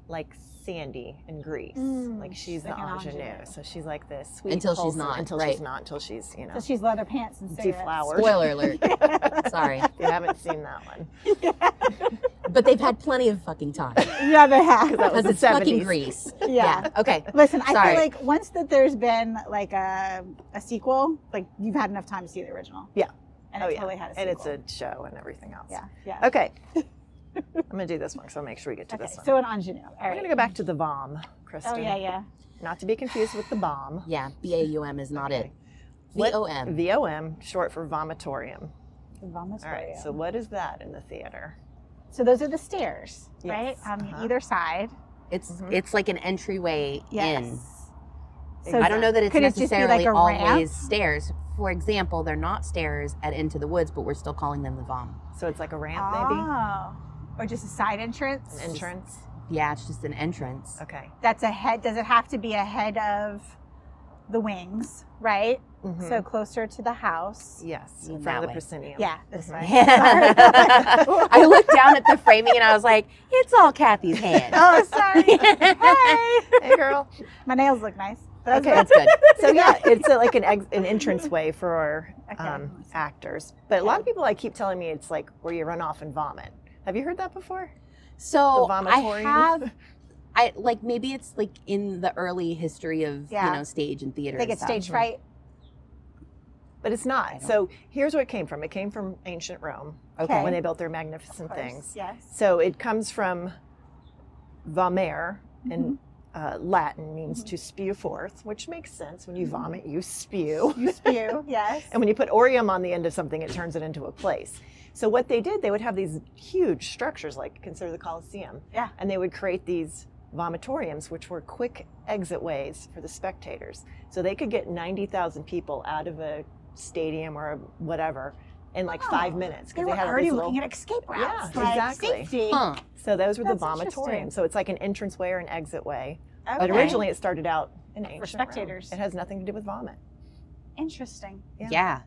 S2: like Sandy in Greece.
S3: Mm,
S2: like she's
S3: like
S2: the
S3: an
S2: ingenue.
S3: ingenue.
S2: So she's like this sweet
S1: Until she's
S2: wholesome-
S1: not,
S2: Until
S1: right.
S2: she's not. Until she's you know
S3: So she's leather pants and cigarettes.
S2: deflowered.
S1: Spoiler alert. Sorry,
S2: if you haven't seen that one,
S1: but they've had plenty of fucking time
S3: Yeah, they have.
S2: 'Cause that was
S1: because
S2: the
S1: it's fucking
S2: 70s.
S1: Greece.
S3: yeah.
S1: Okay.
S3: Listen, I
S1: Sorry.
S3: feel like once that there's been like a, a sequel, like you've had enough time to see the original.
S2: Yeah.
S3: And
S2: Oh,
S3: it
S2: yeah.
S3: totally had a sequel.
S2: and it's a show and everything else.
S3: yeah, yeah.
S2: Okay. I'm gonna do this one, so I'll make sure we get to
S3: Okay,
S2: this one.
S3: so an ingenue. All
S2: we're
S3: right.
S2: gonna go back to the bomb, Kristen.
S3: oh yeah, yeah.
S2: Not to be confused with the bomb.
S1: Yeah, B A U M is not it. V
S2: What-
S1: O M.
S2: VOM, short for vomitorium. um,
S3: The vomitorium.
S2: All right. So what is that in the theater?
S3: So those are the stairs,
S2: Yes,
S3: right? On
S2: uh-huh.
S3: either side.
S1: It's
S2: Mhm.
S1: it's like an entryway in.
S3: Mm-hmm. Yes.
S1: I don't know that it's
S3: could it just be
S1: necessarily
S3: like a ramp?
S1: always stairs. For example, they're not stairs at Into the Woods, but we're still calling them the vom.
S2: So it's like a ramp,
S3: Oh. Or just a side entrance.
S2: maybe an entrance.
S1: Yeah, it's just an entrance.
S2: Okay.
S3: That's ahead. Does it have to be ahead of the wings, right? So closer to the house.
S2: yes, Mm-hmm. in
S1: In
S2: front of
S1: that
S2: the
S1: way.
S2: proscenium.
S3: Yeah, this
S2: Mhm.
S3: way. Sorry.
S1: I looked down at the framing and I was like, it's all Kathy's hand.
S3: oh, sorry. hey,
S2: Hey, girl.
S3: my nails look nice. But that's
S2: Okay.
S3: okay.
S1: That's good.
S2: So yeah, it's a, like an ex- an entrance way for
S3: Okay.
S2: um, actors. But a lot of people like keep telling me it's like where you run off and vomit. Have you heard that before?
S1: So
S2: the
S1: I
S2: vomitorium.
S1: have, I like maybe it's like in the early history of
S3: Yeah.
S1: you know stage and theater.
S3: They
S1: and
S3: get
S1: stuff.
S3: stage fright.
S2: But it's
S1: I
S2: not.
S1: don't-
S2: So here's where it came from. It came from ancient Rome
S1: Okay.
S2: when
S3: Okay.
S2: they built their
S3: of
S2: magnificent
S3: course,
S2: things.
S3: Yes.
S2: So it comes from vomere in
S3: Mm-hmm.
S2: uh, Latin means
S3: Mhm.
S2: to spew forth, which makes sense. When you
S3: Mm-hmm.
S2: vomit, you spew.
S3: You spew. Yes.
S2: And when you put Orium on the end of something, it turns it into a place. So what they did, they would have these huge structures, like consider the Colosseum.
S3: Yeah.
S2: And they would create these vomitoriums, which were quick exit ways for the spectators. So they could get 90,000 people out of a stadium or a whatever in like five
S3: Oh,
S2: minutes.
S3: they
S2: 'cause
S3: were
S2: had all
S3: already
S2: these
S3: looking
S2: little-
S3: at escape
S2: Yeah,
S3: routes. like
S2: exactly.
S3: Safety.
S1: Huh.
S2: So those were the
S3: That's interesting.
S2: vomitoriums. So it's like an entrance way or an exit way. But
S3: Okay.
S2: originally it started out in ancient Rome.
S3: spectators.
S2: It has nothing to do with vomit.
S3: interesting.
S2: Yeah.
S1: Yeah.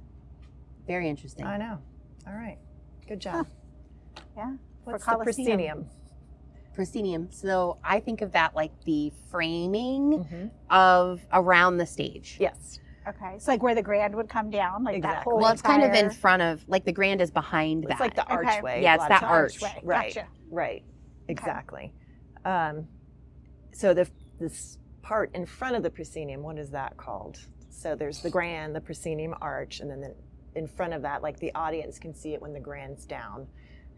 S1: Very interesting.
S2: I know. All right. Good job.
S3: Yeah.
S2: What's
S3: For
S2: the proscenium?
S3: Colosseum.
S1: proscenium. So I think of that like the framing
S3: Mm-hmm.
S2: Mhm.
S1: of around the stage.
S2: Yes.
S3: Okay. It's like where the grand would come down, like that
S2: Exactly.
S3: whole.
S1: Well, it's kind of in
S3: entire-
S1: front of like the grand is behind
S2: It's
S1: that.
S2: like the
S3: Okay.
S2: archway.
S1: Yeah,
S2: a
S1: it's
S2: lot of
S1: that
S2: times.
S1: arch.
S3: Archway.
S2: Right.
S3: Gotcha.
S2: Right. Exactly. Um, so the this part in front of the proscenium, what is that called? So there's the grand, the proscenium arch, and then the, in front of that, like the audience can see it when the grand's down.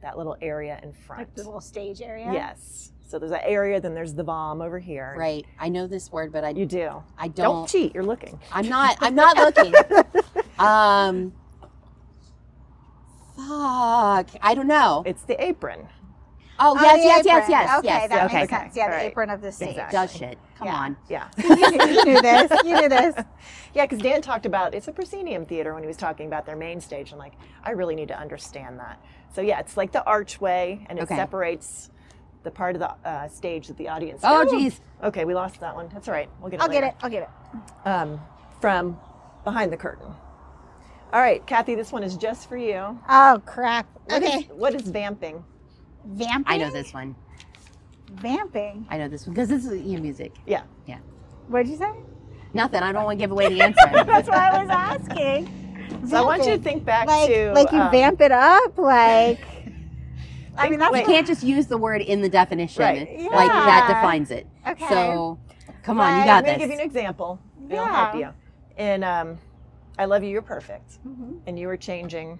S2: That little area in front.
S3: Like the little stage area.
S2: Yes. So there's that area, then there's the bomb over here.
S1: right. I know this word, but I
S2: You do.
S1: I
S2: Don't,
S1: don't.
S2: cheat. You're looking.
S1: I'm not. I'm not looking. um. Fuck. I don't know.
S2: It's the apron.
S1: Oh
S3: Oh,
S1: yes,
S3: the
S1: yes, yes,
S3: apron.
S1: yes,
S3: Okay,
S1: yes.
S3: that
S2: okay.
S3: makes sense. Yeah, the
S2: Alright.
S3: apron of the stage.
S2: Exactly.
S1: Does shit. Come
S3: Yeah.
S1: on.
S2: Yeah.
S3: you, knew, you knew this. You knew this.
S2: Yeah, because Dan talked about it's a proscenium theater when he was talking about their main stage. I'm like, I really need to understand that. So yeah, it's like the archway, and it
S1: Okay.
S2: separates the part of the uh, stage that the audience.
S1: Oh
S2: Ooh.
S1: jeez.
S2: Okay, we lost that one. That's all right. We'll get it.
S3: I'll get
S2: later.
S3: it. I'll get it.
S2: Um, from behind the curtain. All right, Kathy, this one is just for you.
S3: Oh crap.
S2: What is- what is vamping?
S3: Vamping.
S1: I know this one.
S3: Vamping.
S1: I know this one because this is your music.
S2: Yeah.
S3: What'd you say?
S1: Nothing. I don't want to give away the answer.
S3: That's why I was asking.
S2: So I want you to
S3: Vamping.
S2: think back
S3: like
S2: to
S3: like you
S2: um,
S3: vamp it up like. I
S2: Think-
S3: mean that's
S1: you can't just use the word in the definition.
S2: Right.
S1: Like that
S3: Yeah.
S1: defines it.
S3: okay.
S1: So, come on, you
S3: Right.
S1: got
S2: I'm going to give you
S1: this.
S2: an example. It'll
S3: Yeah.
S2: help you. And um, I love you. You're perfect.
S3: Mhm.
S2: And you were changing.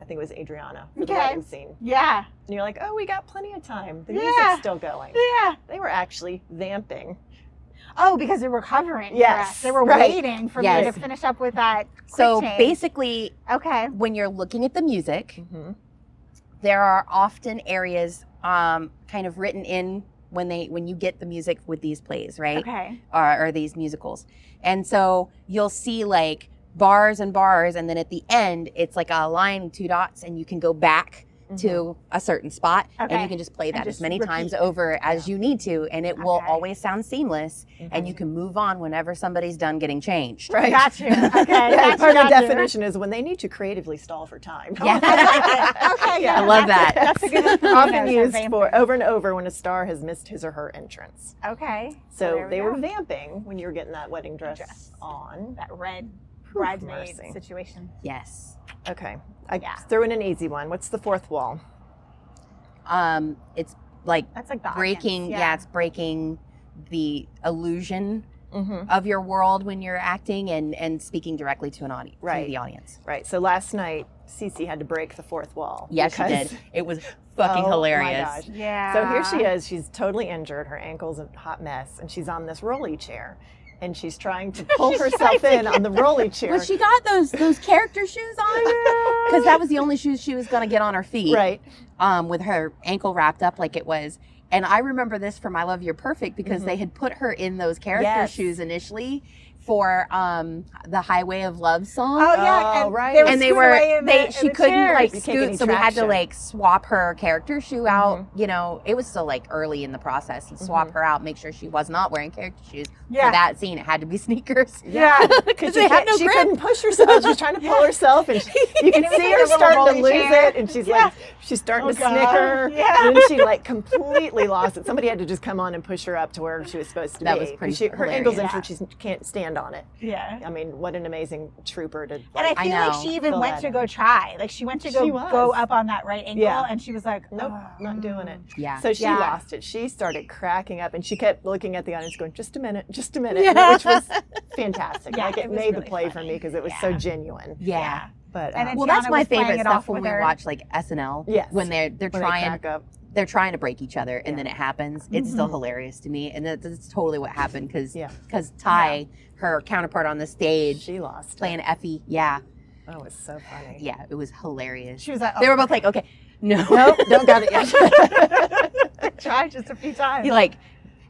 S2: I think it was Adriana for the
S3: Okay.
S2: wedding scene.
S3: Yeah.
S2: And you're like, oh, we got plenty of time. The
S3: Yeah.
S2: music's still going.
S3: Yeah.
S2: They were actually vamping.
S3: Oh, because they were covering.
S2: Yes,
S3: For us. They were
S2: right.
S3: waiting for me
S1: Yes.
S3: to finish up with that. quick
S1: So
S3: change.
S1: basically,
S3: Okay.
S1: when you're looking at the music,
S2: Mm-hmm.
S1: there are often areas um, kind of written in when they when you get the music with these plays, right? Uh,
S3: Okay.
S1: Or, or these musicals, and so you'll see like bars and bars, and then at the end, it's like a line, two dots, and you can go back to a certain spot and
S3: Mm-hmm. Okay.
S1: you can just play that as
S3: just
S1: many times
S3: repeat.
S1: over as you need to and it will
S3: Okay. Mm-hmm.
S1: always sound seamless and you can move on whenever somebody's done getting changed
S3: Right. Got you. Okay.
S2: yeah,
S3: got
S2: part
S3: you,
S2: of the
S3: got you.
S2: definition is when they need to creatively stall for time.
S1: Yeah.
S3: okay. Yeah.
S1: I love that.
S3: That's a good
S2: Often
S3: definition of
S2: used for over and over when a star has missed his or her entrance.
S3: Okay.
S2: So
S3: there we
S2: they
S3: go.
S2: were vamping when you were getting that wedding dress,
S3: Dress.
S2: on.
S3: that red
S2: Whew,
S3: bridesmaid
S2: mercy.
S3: situation.
S1: yes
S2: Okay, I
S3: Yeah.
S2: threw in an easy one. What's the fourth wall?
S1: um it's like
S3: That's like the audience,
S1: breaking yeah. it's breaking the illusion
S2: Mm-hmm.
S1: of your world when you're acting and and speaking directly to an audience to
S2: Right.
S1: the audience
S2: Right. So last night, Cece had to break the fourth wall.
S1: yes she
S2: because-
S1: did it was fucking
S2: Oh, my
S1: hilarious
S2: gosh.
S3: Yeah.
S2: So here she is. She's totally injured. Her ankle's a hot mess, and she's on this rolly chair, and she's trying to pull herself in on the rolly chair.
S1: Well, she got those those character shoes on because that was the only shoes she was gonna get on her feet,
S2: right.
S1: Um, with her ankle wrapped up like it was. And I remember this from I Love You're Perfect because they had put her in those character
S2: Mm-hmm. Yes.
S1: shoes initially for um the Highway of Love song.
S3: Oh yeah.
S2: Oh,
S3: and
S2: right.
S3: They were
S1: and they
S3: screwed
S1: were
S3: away in
S1: they
S3: the, in
S1: she
S3: the
S1: couldn't
S3: chairs.
S1: like
S2: You can't get
S1: scoot,
S2: any
S1: so we had to
S2: traction.
S1: like swap her character shoe out.
S3: Mm-hmm.
S1: You know, it was still like early in the process and swap her out, make sure she was not wearing character shoes
S3: Yeah.
S1: for that scene. It had to be sneakers.
S3: yeah.
S1: Because
S2: she,
S1: they had
S2: can't-
S1: no
S2: she
S1: grip.
S2: couldn't push herself. She's trying to pull herself, and she, you can
S3: It
S2: see
S3: was like a
S2: her
S3: little
S2: starting to
S3: rolling
S2: lose
S3: chair.
S2: it, and she's
S3: Yeah.
S2: like, she's starting
S3: Oh,
S2: to
S3: God.
S2: snicker.
S3: Yeah.
S2: And then she like completely lost it. Somebody had to just come on and push her up to where she was supposed to
S1: That
S2: be.
S1: was pretty
S2: And she- Her ankle's
S3: hilarious.
S2: injured. She can't stand on it.
S3: Yeah.
S2: I mean, what an amazing trooper to.
S3: And I
S2: like,
S1: I
S3: feel
S1: know.
S3: like she even
S2: Fill
S3: went
S2: that
S3: to
S2: in.
S3: go try. Like she went to go
S2: She was.
S3: go up on that right ankle,
S2: Yeah. Mm.
S3: and she was like,
S2: nope,
S3: "Oh,
S2: not doing it.
S1: Yeah.
S2: So she
S3: Yeah.
S2: lost it. She started cracking up, and she kept looking at the audience, going, "Just a minute, just a minute,"
S1: Yeah.
S2: which was fantastic.
S3: Yeah,
S2: like it,
S3: it was
S2: made the
S3: really
S2: play for
S3: funny.
S2: me because it was so
S3: Yeah.
S2: genuine.
S1: yeah.
S2: But
S3: And
S2: um,
S3: then
S1: Well,
S3: Tiana
S1: that's my
S3: was playing
S1: favorite
S3: it
S1: stuff
S3: off
S1: when
S3: with
S1: we
S3: her.
S1: watch like SNL.
S2: Yes.
S1: When they're they're
S2: when they
S1: trying
S2: crack up,
S1: they're trying to break each other and then it happens. It's still
S2: Mhm.
S3: Mm-hmm.
S1: hilarious to me, and that, that's totally what happened because
S2: Yeah.
S1: Ty, her counterpart on the stage,
S2: she lost.
S1: playing Effie. Yeah,
S2: It. Oh, it's so funny.
S1: yeah, it was hilarious.
S3: She was like,
S1: They
S3: "Oh,
S1: were both like, okay, no,
S2: Nope, don't got it yet.
S3: try just a few times."
S1: you like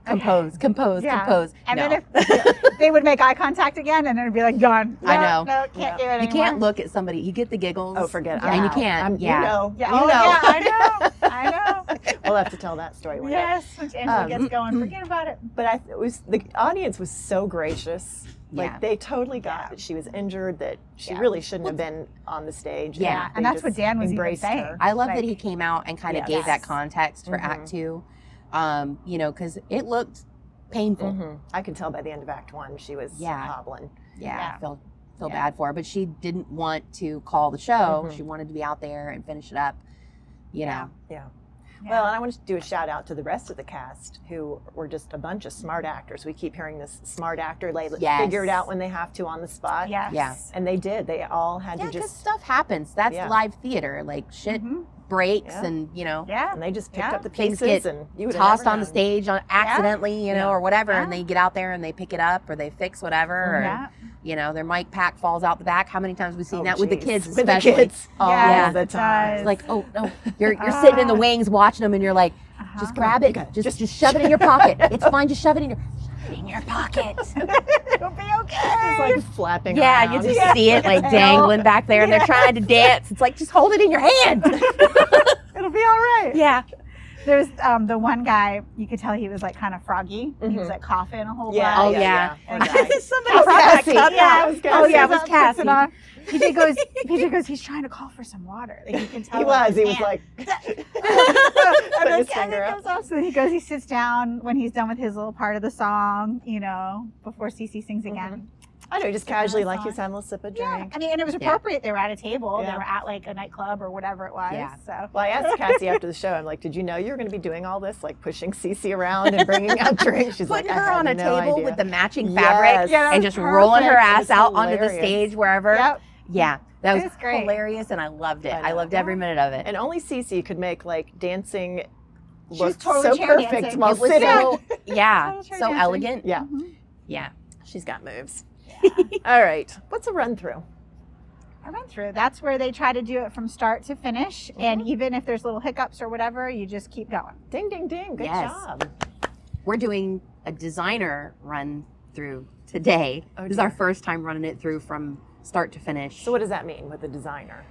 S1: compose, compose,
S3: Yeah.
S1: compose.
S3: and
S1: No.
S3: then if they would make eye contact again, and then it'd be like, "Done."
S1: I know.
S3: No, no, can't do it
S1: you
S3: anymore.
S1: can't look at somebody, you get the giggles.
S2: oh, forget. it.
S3: Yeah.
S1: And you
S2: I'm-
S1: can't,
S2: I'm-
S1: yeah.
S2: You know.
S3: Yeah,
S2: You
S3: oh,
S2: know.
S3: yeah, I know. I
S2: we'll have to tell that story
S3: know.
S2: one day.
S3: yes, once Angela
S2: Um,
S3: gets going, forget about it.
S2: But I it was the audience was so gracious. Like
S1: Yeah.
S2: they totally got
S3: Yeah.
S2: that she was injured, that she
S3: Yeah.
S2: really shouldn't have been on the stage.
S1: Yeah.
S2: they
S3: And that's what
S2: just
S3: Dan was even
S2: embraced
S3: saying.
S2: her.
S1: I love that
S3: Like-
S1: he came out and kind of
S2: Yes.
S1: gave that
S3: Yes. Mm-hmm.
S1: context for Act Two, um, you know, because it looked painful.
S2: Mhm. I could tell by the end of Act One she was
S1: Yeah.
S2: hobbling.
S1: yeah,
S3: Mm-hmm. Yeah.
S1: I feel feel
S3: Yeah. Mm-hmm.
S1: bad for her. But she didn't want to call the show.
S2: Mhm.
S1: She wanted to be out there and finish it up. You
S3: Yeah.
S1: know.
S2: Yeah.
S3: Yeah.
S2: Well, and I want to do a shout out to the rest of the cast who were just a bunch of smart actors. We keep hearing this smart actor, like
S1: Yes.
S2: figure it out when they have to on the spot.
S3: yes.
S1: yeah.
S2: And they did. They all had
S1: Yeah,
S2: to
S1: because
S2: just
S1: stuff happens. That's
S2: Yeah.
S1: live theater. Like shit
S3: Mhm.
S1: breaks,
S2: Yeah.
S1: and you know,
S3: Yeah.
S2: and they just picked
S3: Yeah.
S2: up the
S1: Things
S2: pieces
S1: get
S2: and you would
S1: tossed on the stage on accidentally, you know,
S2: Yeah. Oh,
S1: or whatever, and
S3: Yeah.
S1: they get out there and they pick it up or they fix whatever, or
S3: Yeah.
S1: you know, their mic pack falls out the back. How many times we seen
S2: Oh,
S1: that with the
S2: jeez.
S1: kids,
S2: With the
S1: especially?
S2: kids.
S1: Oh,
S3: Yes,
S1: yeah.
S2: the
S3: it
S2: time.
S3: does.
S1: It's like, oh no, you're you're sitting in the
S3: Ah.
S1: wings watching them, and you're like,
S3: Uh-huh.
S1: just grab it,
S2: You got it.
S1: just, just
S2: Just-
S1: shove it in your pocket. It's fine, just shove it in your shove it in your pocket.
S3: It'll be okay.
S2: It's like flapping
S1: Yeah,
S2: around.
S1: you just see it like
S3: Yeah.
S1: dangling back there, and they're trying to dance. It's like just hold it in your hand.
S3: It'll be all right.
S1: yeah,
S3: There's um, the one guy you could tell he was like kind of froggy. He was
S2: Mhm.
S3: like coughing a whole
S2: Yeah,
S1: Oh
S3: lot.
S1: yeah.
S2: yeah. yeah.
S3: Somebody
S2: Oh,
S3: brought
S2: Cassie.
S3: that up.
S2: Yeah, it was
S3: Oh yeah, it was
S1: Cassie.
S3: Cassie.
S1: Puts it
S3: on. PJ goes. PJ goes. He's trying to call for some water. Like you can tell.
S2: He
S3: like,
S2: was.
S3: his
S2: He was
S3: hand-
S2: like,
S3: and
S2: putting his
S3: then, and
S2: finger
S3: then
S2: up.
S3: goes off. So he goes. He sits down when he's done with his little part of the song. You know, before Cece sings
S2: Mm-hmm.
S3: again.
S2: I know, just
S3: Sitting on
S2: casually,
S3: the
S2: like
S3: song.
S2: he's having a little sip of
S3: Yeah,
S2: drink.
S3: I mean, and it was
S1: Yeah.
S3: appropriate. They were at a table.
S2: Yeah.
S3: They were at like a nightclub or whatever it was.
S1: Yeah.
S3: So
S2: Well, I asked Cassie after the show. I'm like, "Did you know you were going to be doing all this, like pushing Cece around and bringing out drinks?" She's
S1: putting
S2: like,
S1: her
S2: "I had
S1: on a
S2: no
S1: table
S2: idea.
S1: with the matching
S2: Yes.
S1: fabric
S2: Yeah,
S3: that
S1: and
S3: was
S1: just rolling her
S2: perfect.
S1: ass
S2: It's
S1: out onto the
S2: hilarious.
S1: stage wherever.
S3: yep.
S1: Yeah, that was
S3: It's great.
S1: hilarious, and I loved it.
S2: I
S1: I,
S2: know.
S1: loved every minute of it.
S2: and only Cece could make like dancing
S3: She
S2: look
S3: was totally
S2: so
S3: chair
S2: perfect
S3: dancing.
S2: while
S1: it was
S2: sitting.
S1: so yeah,
S3: Total chair
S1: so
S3: dancing.
S1: elegant.
S2: yeah,
S3: Mhm.
S1: Yeah,
S2: she's got moves. all right, what's a run through?
S3: I went through. That's where they try to do it from start to finish.
S1: Mm-hmm.
S3: And even if there's little hiccups or whatever, you just keep going.
S2: Ding, ding, ding! Good
S1: Yes.
S2: job.
S1: we're doing a designer run through today.
S2: Oh,
S1: this is our
S2: dear.
S1: first time running it through from start to finish.
S2: So, what does that mean with a designer?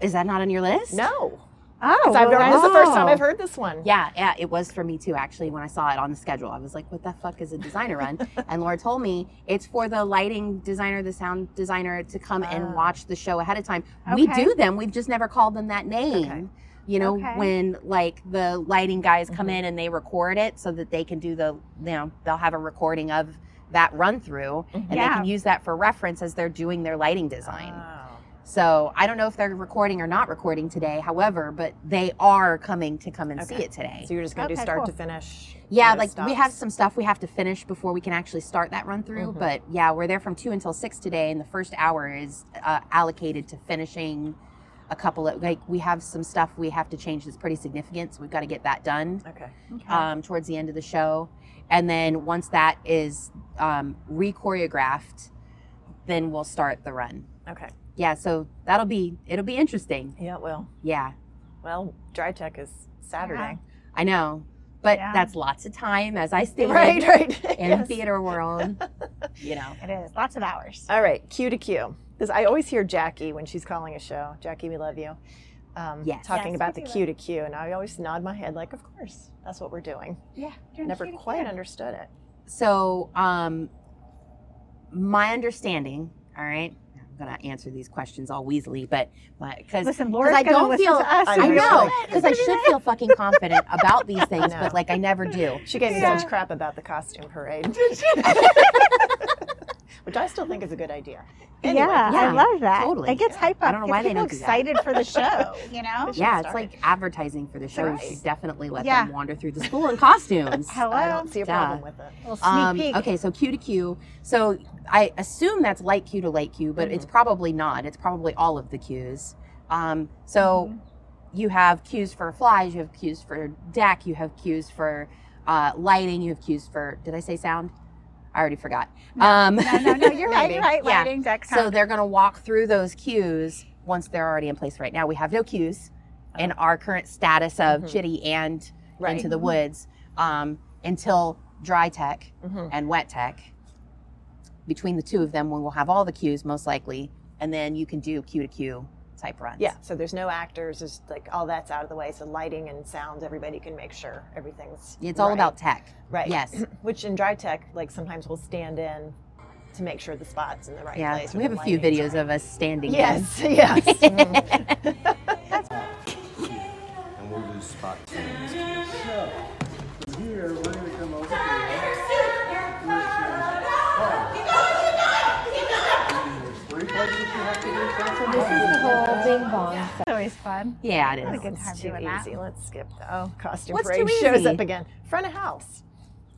S1: Is that not on your list?
S2: No,
S3: Oh,
S2: Because I've
S3: well,
S2: never, this is the first time
S1: Oh.
S2: I've heard this one.
S1: Yeah, yeah, it was for me too. Actually, when I saw it on the schedule, I was like, "What the fuck is a designer run?" and Laura told me it's for the lighting designer, the sound designer to come
S2: Ah.
S1: and watch the show ahead of time. We
S3: Okay.
S1: do them. We've just never called them that name.
S2: Okay.
S1: You know,
S3: Okay.
S1: when like the lighting guys come
S2: Mhm.
S1: in and they record it so that they can do the, you know, they'll have a recording of that run through and
S3: Yeah.
S1: they can use that for reference as they're doing their lighting design.
S2: Oh.
S1: So I don't know if they're recording or not recording today. However, but they are coming to come and see
S2: Okay.
S1: it today.
S2: So you're just going to
S3: Okay,
S2: do start
S3: cool.
S2: to finish.
S1: Yeah,
S2: no
S1: like we
S2: stops.
S1: have some stuff we have to finish before we can actually start that run through.
S3: Mm-hmm.
S1: But
S2: Mhm.
S1: yeah, we're there from two until six today, and the first hour is uh, allocated to finishing a couple of like we have some stuff we have to change that's pretty significant, so we've got to get that done
S2: Okay.
S3: Okay.
S1: um, towards the end of the show, and then once that is um, re choreographed, then we'll start the run.
S2: Okay.
S1: Yeah, so that'll be it'll be interesting.
S2: Yeah, it will.
S1: Yeah,
S2: Well, dry tech is Saturday.
S1: I know, but
S3: Yeah.
S1: that's lots of time, as I stated,
S2: Right, right.
S1: in
S2: Yes.
S1: theater world. you know.
S3: it is lots of
S1: Uh,
S3: hours.
S2: All right, Q to Q. Because I always hear Jackie when she's calling a show. Jackie, we love you. Um,
S1: Yes.
S2: Talking
S3: Yes,
S2: about the
S3: we do
S2: Q to Q, and I always nod my head like, of course, that's what we're doing.
S3: Yeah,
S2: Never quite understood it.
S1: So, um, my understanding, all right, I'm going to answer these questions all weaselly, but because
S3: Listen,
S1: Because
S3: Laura's
S1: I
S3: gonna
S1: don't
S3: listen
S1: feel-
S3: to us.
S2: I
S1: I
S3: and we're
S1: know,
S3: like,
S1: because I should feel fucking confident about these things,
S2: know.
S1: but like I never do.
S2: She gave me
S3: Yeah.
S2: such crap about the costume parade, which I still think is a good idea. Anyway,
S3: yeah,
S1: yeah,
S3: I love that.
S1: totally.
S3: It gets
S2: Yeah.
S3: hype up.
S1: I don't know
S3: gets
S1: why they
S3: people
S1: don't do that.
S3: excited for the show. You know?
S2: should
S1: Yeah, it's
S2: start.
S1: like advertising for the show. You
S2: Right.
S1: should definitely let
S3: Yeah.
S1: them wander through the school in costumes.
S3: Hello.
S2: I don't see a
S1: Duh.
S2: problem with it.
S3: little sneak
S1: Um,
S3: peek.
S1: okay, so Q to Q. So I assume that's light Q to light Q, but it's
S3: Mm-hmm.
S1: probably not. It's probably all of the Qs. Um, so
S3: Mm-hmm.
S1: you have Qs for flies, you have Qs for deck, you have Qs for uh, lighting, you have Qs for, did I say sound? I already forgot. um,
S3: No, no, no. You're right.
S2: Maybe.
S3: You're right.
S1: Yeah.
S3: Lighting, deck,
S1: so they're going to walk through those Qs once they're already in place right now. We have no Qs in
S3: Oh.
S1: our current status of
S3: Mm-hmm.
S2: Mhm.
S1: shitty and
S2: Right.
S1: into the woods um, until dry tech
S2: Mhm.
S1: and wet tech. Between the two of them, we will have all the cues most likely, and then you can do Q to Q type runs.
S2: Yeah, so there's no actors, there's like all that's out of the way. So lighting and sounds, everybody can make sure everything's.
S1: it's all
S2: right.
S1: about tech.
S2: Right.
S1: Yes.
S2: Which in dry tech, like sometimes we'll stand in to make sure the spot's in the right
S1: Yeah,
S2: place. or
S1: we have
S2: the
S1: a few
S2: lighting's
S1: videos of us standing. in.
S2: Yes, yes. Mm.
S4: and we'll lose spot teams.
S5: So, from here, we're gonna come over here. Three places you have to do cancel. This is
S3: It's always fun.
S1: Yeah, it
S3: Had a
S1: is.
S3: good time
S2: It's too
S3: doing
S2: easy.
S3: that.
S2: Let's skip the oh, costume
S1: What's
S2: parade
S1: too
S2: shows
S1: easy?
S2: up again. Front of house.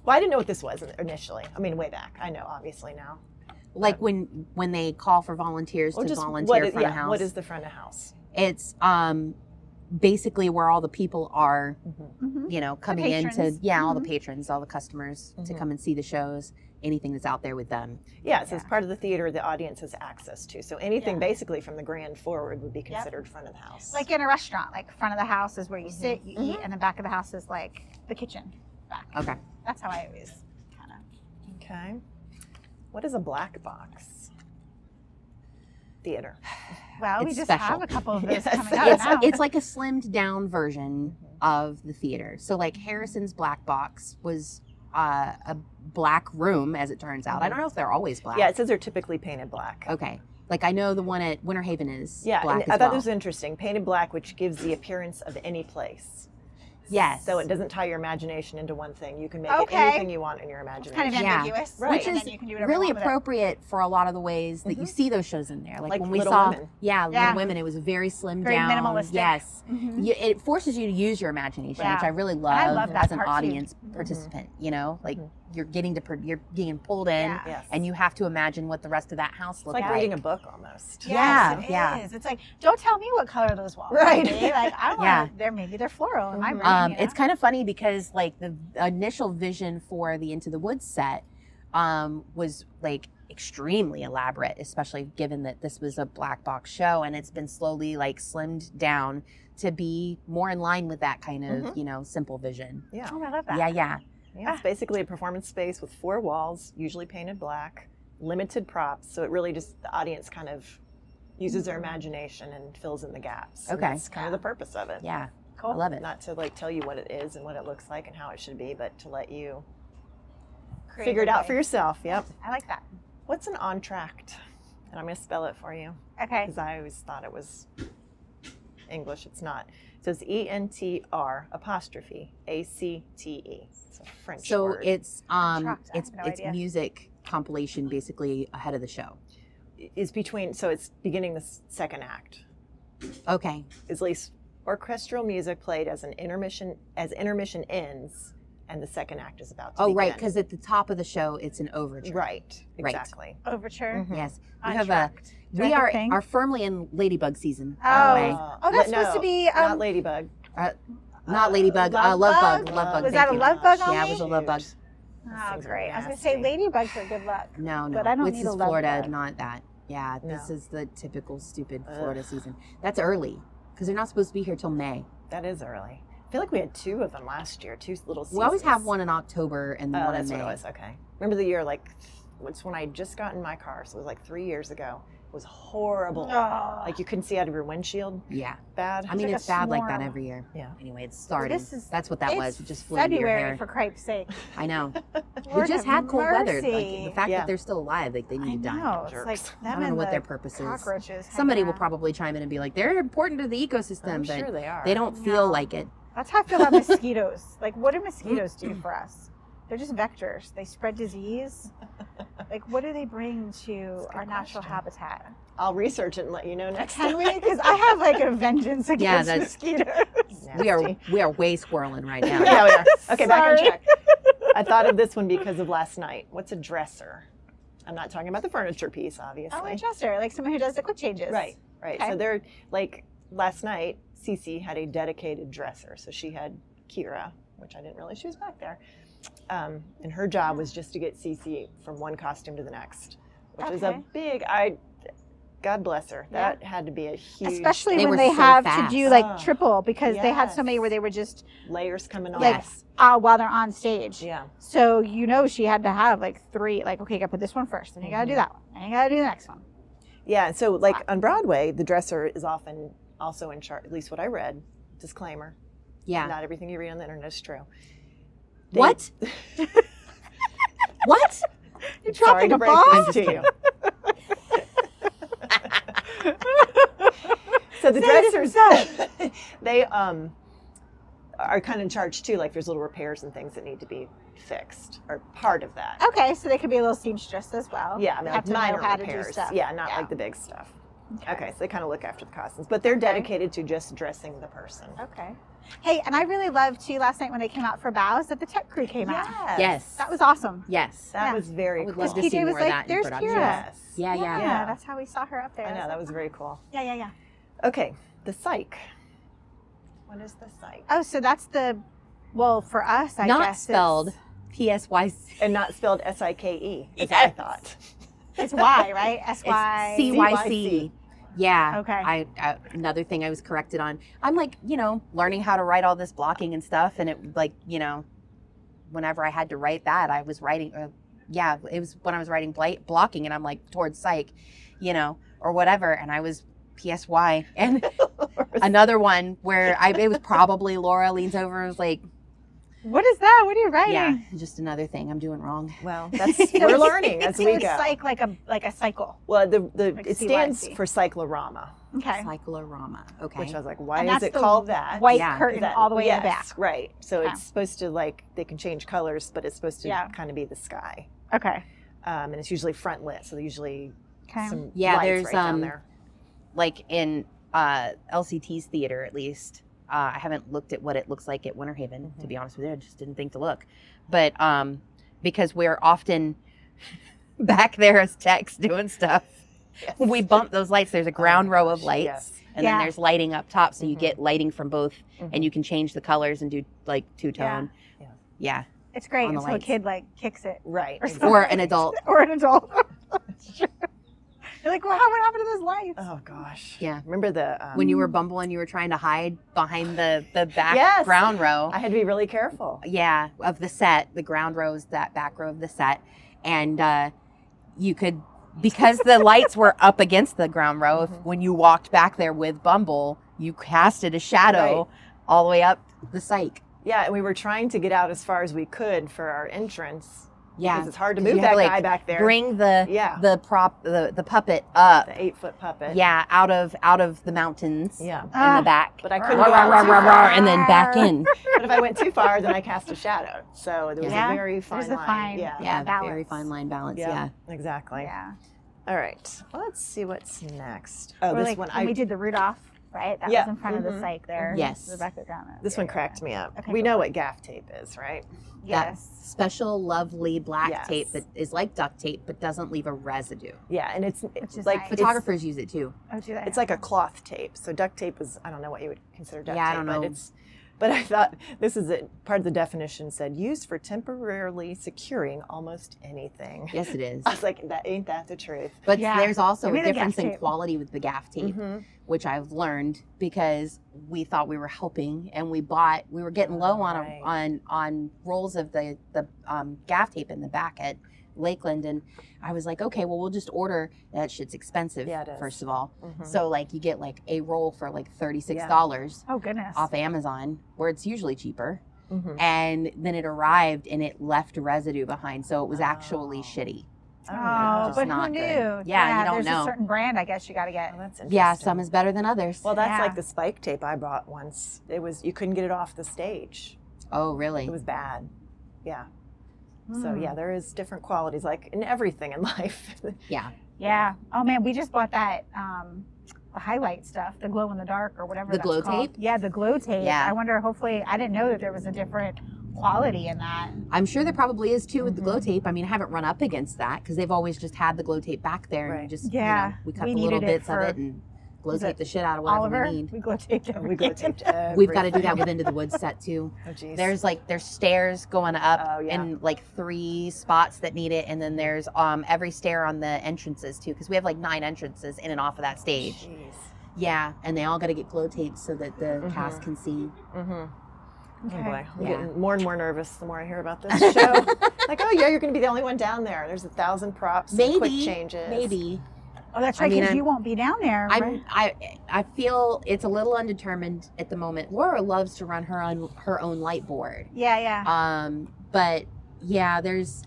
S2: Well, I didn't know what this was initially. I mean, way back. I know, obviously now.
S1: Like when when they call for volunteers
S2: Or
S1: to
S2: just
S1: volunteer
S2: what
S1: for
S2: is,
S1: front
S2: yeah,
S1: of house.
S2: what is the front of house?
S1: it's um basically where all the people are
S2: Mm-hmm.
S3: Mhm.
S1: you know coming in to
S3: patrons.
S1: yeah all the
S3: Mhm.
S1: patrons all the customers to
S2: Mhm.
S1: come and see the shows anything that's out there with them
S2: Yeah, so it's
S3: Yeah.
S2: part of the theater the audience has access to. So anything
S3: Yeah.
S2: basically from the grand forward would be considered front of the house.
S3: Like in a restaurant, like front of the house is where you
S1: Mm-hmm.
S3: sit, you eat,
S2: Mhm.
S3: and the back of the house is like the kitchen. Back.
S1: okay
S3: That's how I always kind of.
S2: Okay. What is a black box? Theater.
S3: Well, we
S1: It's
S3: just have
S1: special.
S3: a couple of those
S2: Yes.
S3: coming up
S1: it's,
S3: now.
S1: it's like a slimmed down version
S2: Mm-hmm.
S1: of the theater. So like Harrison's Black Box was uh, a black room, as it turns out. I
S2: Mm-hmm.
S1: don't know if they're always black.
S2: Yeah, it says they're typically painted black.
S1: Okay. Like I know the one at Winter Haven is
S2: Yeah,
S1: black
S2: and I
S1: as
S2: thought
S1: well.
S2: this was interesting. Painted black, which gives the appearance of any place.
S1: yes.
S2: So it doesn't tie your imagination into one thing. You can make
S3: Okay.
S2: it anything you want in your
S3: it's
S2: imagination.
S3: kind of
S1: Yeah.
S3: ambiguous,
S2: Right.
S1: Which
S3: and
S1: is
S3: then you can do whatever you
S1: really
S3: want with it. Mm-hmm.
S1: appropriate for a lot of the ways that you
S2: Mhm.
S1: see those shows in there. Like,
S2: Like
S1: when we
S2: Little
S1: saw,
S2: Women.
S1: yeah,
S3: Yeah.
S1: Little Women, it was very slimmed
S3: Very
S1: down.
S3: minimalistic.
S1: Yes,
S3: Mhm.
S1: you, it forces you to use your imagination, which
S3: Yeah.
S1: I really love,
S3: I love that
S1: as an
S3: part, too. Mm-hmm.
S1: audience participant. You know, like
S2: Mhm.
S1: you're getting to, per- you're getting pulled in,
S3: Yeah.
S2: Yes.
S1: and you have to imagine what the rest of that house
S2: it's
S1: looked
S2: like
S1: like.
S2: reading a book almost.
S1: Yeah,
S3: yes, it
S1: yeah.
S3: is. It's like, don't tell me what color those walls
S2: Right.
S3: Are. baby. Like, I want
S1: Yeah.
S3: they're maybe they're floral. And
S2: Mhm.
S3: I'm
S1: Um, It's kind of funny because like the initial vision for the Into the Woods set um, was like extremely elaborate, especially given that this was a black box show and it's been slowly like slimmed down to be more in line with that kind of
S2: Mhm.
S1: you know simple vision.
S2: Yeah.
S3: Oh, I love Mm-hmm. that.
S1: Yeah, yeah,
S2: Yeah,
S1: Ah.
S2: It's basically a performance space with four walls, usually painted black, limited props. So it really just the audience kind of uses their imagination and fills in the gaps. And
S1: Mm-hmm. Okay.
S2: That's kind of the purpose of it.
S1: Yeah,
S3: Cool.
S1: I love it.
S2: Not to like tell you what it is and what it looks like and how it should be, but to let you
S3: Creative
S2: figure it out
S3: way.
S2: for yourself. Yep.
S3: I like that.
S2: What's an entracte? And I'm going to spell it for you
S3: Okay.
S2: because I always thought it was English. It's not. So it's E N T R apostrophe A C T E. It's a French
S1: So
S2: word.
S1: it's um,
S3: Shocked. I
S1: it's
S3: have no
S1: it's
S3: idea.
S1: music compilation basically ahead of the show.
S2: is between. So it's beginning the s- second act.
S1: Okay,
S2: Is at least orchestral music played as an intermission as intermission ends, and the second act is about to
S1: Oh,
S2: begin.
S1: right, because at the top of the show, it's an overture.
S2: right,
S1: Right.
S2: exactly.
S3: Overture.
S2: Mhm.
S1: Yes, we Mm-hmm. have a.
S3: Entracte. mm-hmm. Do I
S1: We
S3: have a
S1: are
S3: thing?
S1: are firmly in ladybug season.
S3: Oh.
S1: By the way.
S2: Uh,
S3: Oh, that's
S2: no,
S3: supposed to be,
S2: not
S3: um,
S2: ladybug.
S1: not ladybug,
S2: uh,
S1: uh, love bug,
S3: Lovebug?
S1: love bug.
S3: Was
S1: thank
S3: that a
S1: you.
S3: love bug
S1: Yeah, it
S3: only?
S1: was a love bug.
S2: Shoot.
S3: Oh,
S2: Things are
S3: great. I was going to say
S2: nasty.
S3: ladybugs are good luck.
S1: No, no,
S3: But I don't
S1: this
S3: need
S1: is
S3: a love
S1: Florida,
S3: bug.
S1: not that. Yeah, this
S2: No.
S1: is the typical stupid
S2: Ugh.
S1: Florida season. That's early because they're not supposed to be here till May.
S2: That is early. I feel like we had two of them last year, two little seasons.
S1: We always have one in October and
S2: Oh,
S1: one in
S2: that's
S1: May.
S2: what it was. Okay. Remember the year, like, it's when I had just got in my car. So it was like three years ago. It was horrible.
S3: Oh.
S2: Like, you couldn't see out of your windshield.
S1: Yeah,
S2: Bad.
S1: I mean
S3: like a
S1: it's bad like that
S3: swarm.
S1: every year.
S2: Yeah.
S1: Anyway, it's starting.
S3: this is-
S1: That's what that
S3: it's
S1: was. It just flew into your
S3: February
S1: hair.
S3: for cripe's sake.
S1: I know. we
S3: Lord
S1: just
S3: have
S1: had cold weather. Like
S3: mercy.
S1: the fact
S2: Yeah.
S1: that they're still alive, like they
S3: I
S1: need to die.
S3: know. It's
S2: Jerks.
S3: like
S1: I
S3: them
S1: don't know
S3: and
S1: what
S3: the
S1: their purpose is.
S3: cockroaches. hanging
S1: Somebody will
S3: around.
S1: probably chime in and be like, they're important to the ecosystem,
S2: I'm
S1: but
S2: sure they are.
S1: they don't feel
S3: No.
S1: like it.
S3: That's how I feel about mosquitoes. Like, what do mosquitoes do for us? They're just vectors. They spread disease. Like, what do they bring to
S2: a good
S3: our
S2: question.
S3: natural habitat?
S2: I'll research it and let you know next
S3: Can
S2: time.
S3: we? Because I have like a vengeance against
S1: that's-
S3: mosquitoes.
S1: We are
S2: Nasty.
S1: we are way squirreling right now.
S2: Yeah, we are. Okay, back on
S3: Sorry.
S2: track. I thought of this one because of last night. What's a dresser? I'm not talking about the furniture piece, obviously.
S3: Oh, a dresser, like someone who does the quick changes.
S2: Right, right.
S3: Okay.
S2: So they're like last night, Cece had a dedicated dresser. So she had Kira, which I didn't realize she was back there. Um, and her job was just to get Cece from one costume to the next, which is a
S3: Okay.
S2: big, I, God bless her.
S3: Yeah.
S2: That had to be a huge
S3: Especially
S1: They were
S3: when they
S1: so
S3: have
S1: fast.
S3: to do like
S2: Ah.
S3: triple because they had so many
S2: Yes.
S3: where they were just
S2: layers coming off.
S3: Like- uh, while they're on stage.
S2: Yeah.
S3: So you know she had to have like three. Like okay, you gotta put this one first, then you
S1: Mm-hmm.
S3: gotta do that one, and you gotta do the next one.
S2: Yeah, and so like on Broadway, the dresser is often also in charge. At least what I read. Disclaimer:
S1: Yeah.
S2: Not everything you read on the internet is true. They-
S1: What? what?
S3: You're
S2: Sorry
S3: dropping
S2: to
S3: a
S2: break
S3: bomb.
S2: this to you. so the
S3: Say this
S2: dressers, they um, are kind of in charge too. Like there's little repairs and things that need to be fixed, or part of that.
S3: Okay, so they could be a little seamstress as well.
S2: Yeah, I mean,
S3: Oh,
S2: like
S3: have to
S2: minor
S3: know how to
S2: repairs.
S3: do stuff.
S2: Yeah, not
S3: Yeah.
S2: like the big stuff. Okay. so they kind of look after the costumes, but they're dedicated to just dressing the person.
S3: Okay. Hey, and I really loved too last night when they came out for bows that the tech crew came out.
S1: Yes.
S3: That was awesome.
S1: yes.
S2: That
S3: Yeah.
S2: was very
S1: I would
S2: cool.
S1: love to
S3: PJ
S1: see
S3: was
S1: more
S3: like,
S1: of that
S3: "There's
S1: in production.
S3: Kira."
S2: Yes.
S1: Yeah, yeah.
S2: Yeah.
S3: that's how we saw her up there.
S2: I know, that
S3: like,
S2: was very cool.
S3: Yeah, yeah, yeah.
S2: Okay, the psych. What is the psych?
S3: Oh, so that's the well for us. I
S1: Not
S3: guess
S1: spelled
S3: It's,
S1: P S Y C
S2: And not spelled S I K E, is what I
S1: Yes.
S2: thought.
S3: it's Y, right? S Y.
S1: C Y C.
S2: CYC.
S1: Yeah.
S3: Okay.
S1: I, I another thing I was corrected on. I'm like, you know, learning how to write all this blocking and stuff, and it like, you know, whenever I had to write that, I was writing. Uh, yeah, it was when I was writing bla- blocking, and I'm like towards psych, you know, or whatever, and I was P S Y and. another one where I it was probably Laura leans over and was like,
S3: What is that? What are you writing?
S1: yeah, just another thing I'm doing wrong.
S2: well, that's we're learning as we
S3: It's
S2: go.
S3: Like like a like a cycle.
S2: Well, the, the
S3: Like
S2: it stands
S3: CYC.
S2: for cyclorama,
S3: Okay.
S1: Cyclorama. Okay.
S2: which I was like, why
S3: And
S2: is
S3: that's
S2: it
S3: the
S2: called that?
S3: White
S1: Yeah.
S3: curtain
S2: That-
S3: all the way in the back.
S2: yes, Right. So
S3: Okay.
S2: it's supposed to like they can change colors, but it's supposed to
S3: Yeah.
S2: kind of be the sky.
S3: Okay.
S2: Um, and it's usually front lit, so there's usually
S3: Okay.
S2: some
S1: Yeah,
S2: lights
S1: there's,
S2: right down
S1: um,
S2: there.
S1: like in uh, LCT's theater, at least. Uh, I haven't looked at what it looks like at Winter Haven, to
S2: Mm-hmm.
S1: be honest with you. I just didn't think to look. But um, because we're often back there as techs doing stuff, when we bump those lights, there's a ground row of
S2: Oh gosh,
S1: lights.
S2: yes.
S1: And
S3: Yeah.
S1: then there's lighting up top, so you
S2: Mhm.
S1: get lighting from both,
S2: Mhm.
S1: and you can change the colors and do like two tone.
S2: Yeah.
S1: yeah.
S3: It's great
S1: on the
S3: until a
S1: lights.
S3: kid like kicks it
S2: Right.
S3: Or
S2: exactly.
S1: Or an adult.
S3: or an adult. You're like, well, how- what happened to those lights?
S2: Oh gosh.
S1: Yeah.
S2: Remember the um,
S1: when you were bumbling, you were trying to hide behind the the back
S2: Yes.
S1: ground row.
S2: I had to be really careful.
S1: yeah, of the set, the ground rows, that back row of the set, and uh, you could because the lights were up against the ground row,
S2: Mm-hmm.
S1: if, when you walked back there with Bumble, you casted a shadow all the way up the psych.
S2: Yeah, and we were trying to get out as far as we could for our entrance.
S1: Yeah.
S2: Because it's hard to
S1: 'Cause you
S2: move
S1: have
S2: that
S1: to, like,
S2: guy back there.
S1: Bring the
S2: Yeah.
S1: the prop the, the puppet up.
S2: the eight foot puppet.
S1: Yeah, out of out of the mountains.
S2: Yeah. Ah.
S1: In the back.
S2: But Ah. I
S1: Rawr,
S2: couldn't go
S1: rawr,
S2: out
S1: rawr,
S2: too
S1: rawr,
S2: far.
S1: rawr, and then back in.
S2: But if I went too far, then I cast a shadow. So there was
S3: Yeah.
S2: a very fine
S3: There's a
S2: line.
S3: fine-
S2: Yeah.
S1: Yeah, very
S3: Balance.
S1: fine line balance.
S2: Yeah,
S1: Yeah.
S2: Exactly.
S3: Yeah.
S2: All right. Well, let's see what's next. Oh,
S3: Or
S2: this
S3: like
S2: one.
S3: when
S2: I
S3: we did the Rudolph, right? That
S2: Yeah.
S3: was in front of
S2: Mhm.
S3: the psych there.
S1: Yes.
S3: Rebecca Gama.
S2: this one cracked me up.
S3: Okay,
S2: we
S3: go
S2: know what gaff tape is, right?
S3: Yes.
S1: Special lovely black
S2: Yes.
S1: tape that is like duct tape but doesn't leave a residue.
S2: Yeah, and it's it's
S3: is
S2: like
S3: nice.
S2: it's-
S1: Photographers use it too.
S3: Oh, do that.
S2: It's like a cloth tape. So duct tape is I don't know what you would consider duct
S1: Yeah, I
S2: tape,
S1: don't know.
S2: but it's but I thought this is it. Part of the definition said used for temporarily securing almost anything.
S1: Yes it is.
S2: I was like, that ain't that the truth?
S1: But
S3: Yeah.
S1: there's also
S3: Give me
S1: a
S3: the gaff
S1: difference in
S3: tape.
S1: quality with the gaff tape,
S2: Mhm.
S1: which I've learned because we thought we were helping and we bought we were getting low on
S2: Right.
S1: a, on on rolls of the the um, gaff tape in the back at Lakeland and I was like, okay, well we'll just order that shit's expensive
S2: Yeah, it is.
S1: first of all.
S2: Mhm.
S1: So like you get like a roll for like thirty six dollars
S3: oh, goodness.
S1: off Amazon where it's usually cheaper.
S2: Mhm.
S1: And then it arrived and it left residue behind. So it was actually
S2: Oh.
S1: shitty.
S2: I don't know.
S3: Oh,
S1: Just
S3: but who
S1: not
S3: knew?
S1: good. Yeah, you don't
S3: there's
S1: know.
S3: a certain brand, I guess you got to get.
S2: Oh, that's
S1: Yeah,
S2: interesting.
S1: some is better than others.
S2: Well, that's
S3: Yeah.
S2: like the spike tape I bought once. It was you couldn't get it off the stage.
S1: oh, really?
S2: It was bad. Yeah. So
S1: Hmm.
S3: Hmm.
S2: yeah, there is different qualities like in everything in life.
S1: yeah.
S3: Yeah. Oh man, we just bought that um the highlight stuff, the glow in the dark or whatever.
S1: The
S3: that's
S1: glow
S3: called.
S1: tape?
S3: Yeah, the glow tape.
S1: Yeah.
S3: I wonder. Hopefully, I didn't know that there was a different quality in that.
S1: I'm sure there probably is too with the glow tape. I mean, I haven't run up against that because they've always just had the glow tape back there and
S2: Right.
S1: just
S3: Yeah,
S1: you know, we cut
S3: we
S1: the little
S3: needed it
S1: bits of
S3: for-
S1: it and glow
S3: was
S1: tape
S3: it
S1: the shit out of whatever
S3: Oliver,
S1: we need.
S3: glow taped
S2: Oh,
S3: everything.
S2: we go taped
S1: We've got to do that with Into the Woods set too.
S2: everything. Oh, geez.
S1: There's like there's stairs going up
S2: Oh, yeah.
S1: and like three spots that need it, and then there's um every stair on the entrances too because we have like nine entrances in and off of that stage.
S2: Jeez.
S1: Yeah, and they all got to get glow tape so that the cast can see.
S2: Mm-hmm. Oh
S3: Okay.
S2: boy, I'm
S1: Yeah.
S2: getting more and more nervous the more I hear about this show. like, oh yeah, you're going to be the only one down there. There's a thousand props, and quick
S1: Maybe,
S2: changes.
S1: Maybe
S3: Oh, that's
S1: I
S3: right.
S1: mean,
S3: Because
S1: I'm-
S3: you won't be down there.
S1: I'm
S3: right?
S1: I I feel it's a little undetermined at the moment. Laura loves to run her on her own light board.
S3: Yeah, yeah.
S2: Uh,
S1: Um, but yeah, there's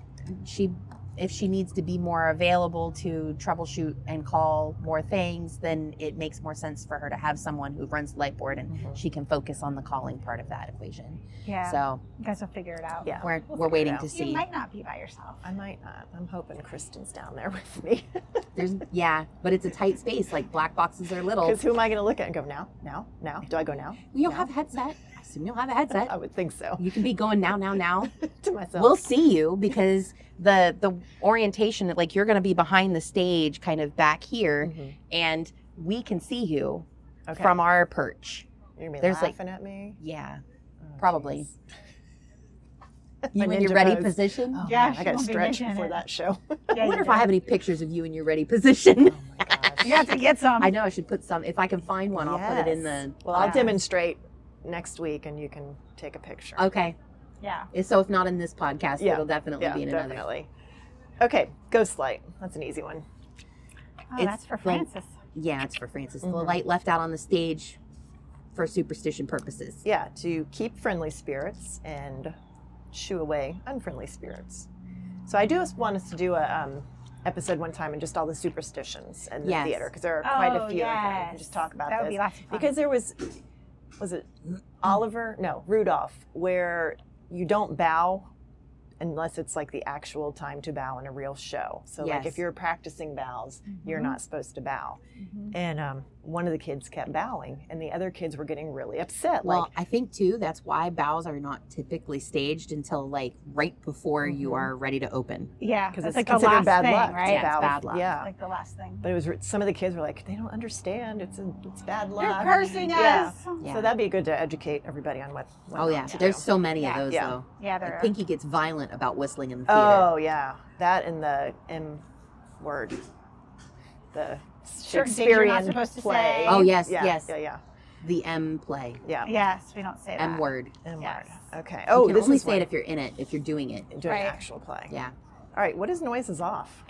S1: she if she needs to be more available to troubleshoot and call more things, then it makes more sense for her to have someone who runs the light board and
S2: Mhm.
S1: she can focus on the calling part of that equation.
S3: yeah.
S1: So
S3: you guys will figure it out.
S2: Yeah.
S1: we're
S2: We'll
S1: we're
S2: figure it
S1: waiting
S2: out.
S1: to
S3: You
S1: see.
S3: might not be by yourself.
S2: I might not. I'm hoping Kristen's down there with me.
S1: There's yeah, but it's a tight space. Like black boxes are little.
S2: Because who am I going to look at and go now, now, now? Do I go now?
S1: You'll
S2: no.
S1: have a headset. I assume you'll have a
S2: I
S1: headset.
S2: would think so.
S1: You can be going now, now, now.
S2: to myself.
S1: we'll see you because the the orientation like you're going to be behind the stage kind of back here
S2: Mhm.
S1: and we can see you
S2: Okay.
S1: from our perch
S2: you're going to be
S1: there's, like-
S2: laughing at me.
S1: yeah
S2: Oh,
S1: probably.
S2: jeez.
S1: you
S2: My
S1: in your
S2: ninja
S1: ready
S2: pose.
S1: position
S2: Oh,
S3: Yeah,
S2: man, I
S3: she
S2: got to
S3: won't be
S2: stretch
S3: making
S2: before
S3: it.
S2: that show.
S3: Yeah,
S1: i
S3: you
S1: wonder if
S3: do.
S1: i have any pictures of you in your ready position
S2: Oh my gosh.
S3: You have to get
S2: Um,
S3: some.
S1: i know i should put some if i can find one i'll put it in
S2: Yes.
S1: the
S2: Well, I'll
S3: Yeah.
S2: demonstrate next week, and you can take a picture.
S1: okay
S3: Yeah.
S1: so if not in this podcast
S2: Yeah.
S1: it'll definitely
S2: Yeah,
S1: be in another
S2: definitely. Okay, ghost light. That's an easy one.
S3: Oh,
S1: It's
S3: that's for
S1: like-
S3: Francis.
S1: yeah it's for francis the light left out on the stage for superstition purposes
S2: Yeah, to keep friendly spirits and shoo away unfriendly spirits. So I do just want us to do a um, episode one time and just all the superstitions in the
S1: Yes.
S2: theater because there are quite a
S3: Oh,
S2: few. of them. We can
S3: yes.
S2: Just talk about
S3: That would
S2: this
S3: be lots of fun.
S2: because there was was it Oliver? No, Rudolph, where you don't bow unless it's like the actual time to bow in a real show. So like
S1: Yes. Mm-hmm.
S2: if you're practicing bows, you're not supposed to bow.
S3: Mm-hmm.
S2: And um, one of the kids kept bowing, and the other kids were getting really upset.
S1: Well,
S2: like
S1: I think too that's why bows are not typically staged until like right before you are ready to open.
S3: Yeah,
S2: because it's
S3: that's like the
S2: considered
S3: last
S2: bad
S3: thing,
S2: luck. to
S3: right?
S1: Yeah, it's
S2: bow.
S1: bad luck.
S2: Yeah.
S3: Like the last thing.
S2: But it was some of the kids were like, they don't understand. It's a, it's bad luck.
S3: cursing
S2: Yeah.
S3: us.
S1: Yeah.
S2: So that'd be good to educate everybody on what. what
S1: oh
S2: not
S1: yeah,
S2: to
S1: there's
S2: do.
S1: so many of
S3: Yeah,
S1: those
S2: yeah.
S1: though.
S3: Yeah,
S1: Like
S3: there. are.
S1: Pinky gets violent about whistling in the theater.
S2: Oh yeah, that and the M word, the
S3: things you're not
S2: Shakespearean
S3: supposed to
S2: play.
S3: say.
S1: Oh, yes,
S2: yeah,
S1: yes.
S2: yeah, yeah,
S1: The M play,
S2: yeah.
S3: Yes, we don't say that.
S1: M word.
S2: M
S3: Yes.
S2: word. Okay.
S1: Oh,
S2: Oh,
S1: you can
S2: this
S1: only
S2: is
S1: say
S2: one.
S1: it if you're in it, if you're doing it.
S2: doing
S3: Right.
S2: actual play.
S1: Yeah.
S2: All right. What is noises off?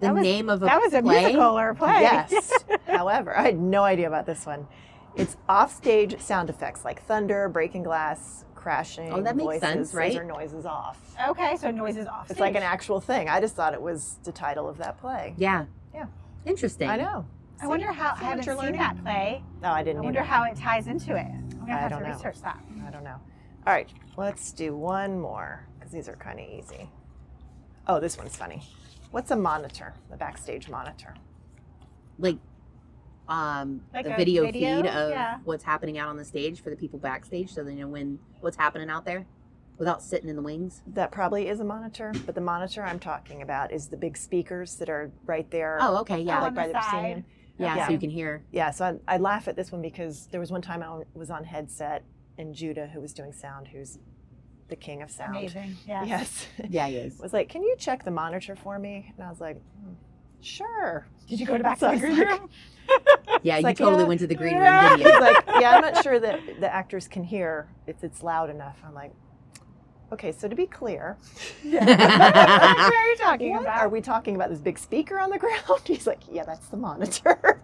S1: the
S3: That was-
S1: name of a
S3: That was a
S1: play?
S3: musical or a play.
S2: Yes. However, I had no idea about this one. It's offstage sound effects like thunder, breaking glass, crashing.
S1: Oh, that makes
S2: voices.
S1: sense, right?
S2: Those are noises off.
S3: Okay, so noise is off.
S2: It's like an actual thing. I just thought it was the title of that play.
S1: Yeah.
S2: Yeah.
S1: Interesting.
S2: I know.
S3: I wonder how
S2: See
S3: I haven't
S2: what you're
S3: seen
S2: learning?
S3: that play.
S2: No, I
S3: I
S2: didn't.
S3: wonder
S2: either.
S3: how it ties into it. I'm gonna
S2: I
S3: have
S2: don't
S3: to
S2: know.
S3: research that.
S2: I don't know. All right, let's do one more because these are kind of easy. Oh, this one's funny. What's a monitor? The backstage monitor.
S1: Like um
S3: Like
S1: the
S3: a
S1: video,
S3: video?
S1: feed of
S3: Yeah.
S1: what's happening out on the stage for the people backstage so they know when what's happening out there without sitting in the wings.
S2: That probably is a monitor, but the monitor I'm talking about is the big speakers that are right there.
S1: Oh, okay, yeah.
S3: Oh,
S2: like
S3: on
S2: by
S3: the
S2: the
S3: side.
S2: proscenium.
S1: yeah,
S2: yeah.
S1: so you can hear.
S2: Yeah, so I, I laugh at this one because there was one time I was on headset and Judah, who was doing sound, who's the king of sound.
S3: Amazing. Yeah.
S2: Yes.
S1: Yeah, it is.
S2: was like, "Can you check the monitor for me?" And I was like, hmm, "Sure."
S3: Did you go to back
S2: So
S3: to
S2: I
S3: the
S2: was
S3: green
S2: like-
S3: room?
S1: Yeah, you
S2: like,
S1: totally
S2: yeah,
S1: went to the green
S2: Yeah.
S1: room video.
S2: He's like, yeah, I'm not sure that the actors can hear if it's loud enough. I'm like, okay, so to be clear,
S3: what are you talking
S2: what
S3: about?
S2: are we talking about? This big speaker on the ground? He's like, yeah, that's the monitor.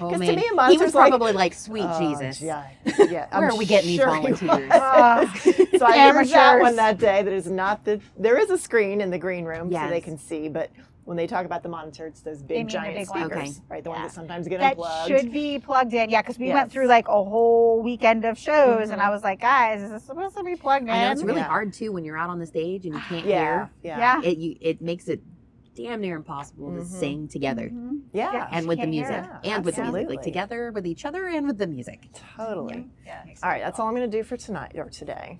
S1: Oh,
S2: 'Cause to
S1: man. he
S2: me, a
S1: was
S2: monitor's like,
S1: probably like, "Sweet
S2: Oh,
S1: Jesus,
S2: Yeah, yeah.
S1: where
S2: I'm
S1: are we getting
S2: sure he
S1: these volunteers?"
S2: was.
S3: Oh,
S2: so I learned that
S3: Amateurs.
S2: one that day. That is not the. There is a screen in the green room, so they
S1: Yes.
S2: can see, but. When they talk about the monitor, it's those big
S3: mean the
S2: giant
S3: big
S2: speakers,
S1: ones. Okay.
S2: right? The ones
S3: Yeah.
S2: that sometimes get
S3: that
S2: unplugged.
S3: should be plugged in. Yeah, because we went
S2: Yes.
S3: through like a whole weekend of shows, and
S2: Mhm.
S3: I was like, guys, is this supposed to be plugged in?
S1: I know it's really
S2: Yeah.
S1: hard too when you're out on the stage and you can't
S2: yeah, Ah. yeah,
S3: yeah.
S1: hear. It you it makes it damn near impossible
S2: Mhm.
S1: to sing together
S3: Mhm.
S2: yeah.
S3: Yeah.
S1: and with the
S3: Can't hear
S1: music
S2: it.
S1: and with the music,
S2: Absolutely.
S1: like together with each other and with the music.
S2: Totally.
S3: Yeah.
S2: All right, that's all I'm going to do for tonight or today.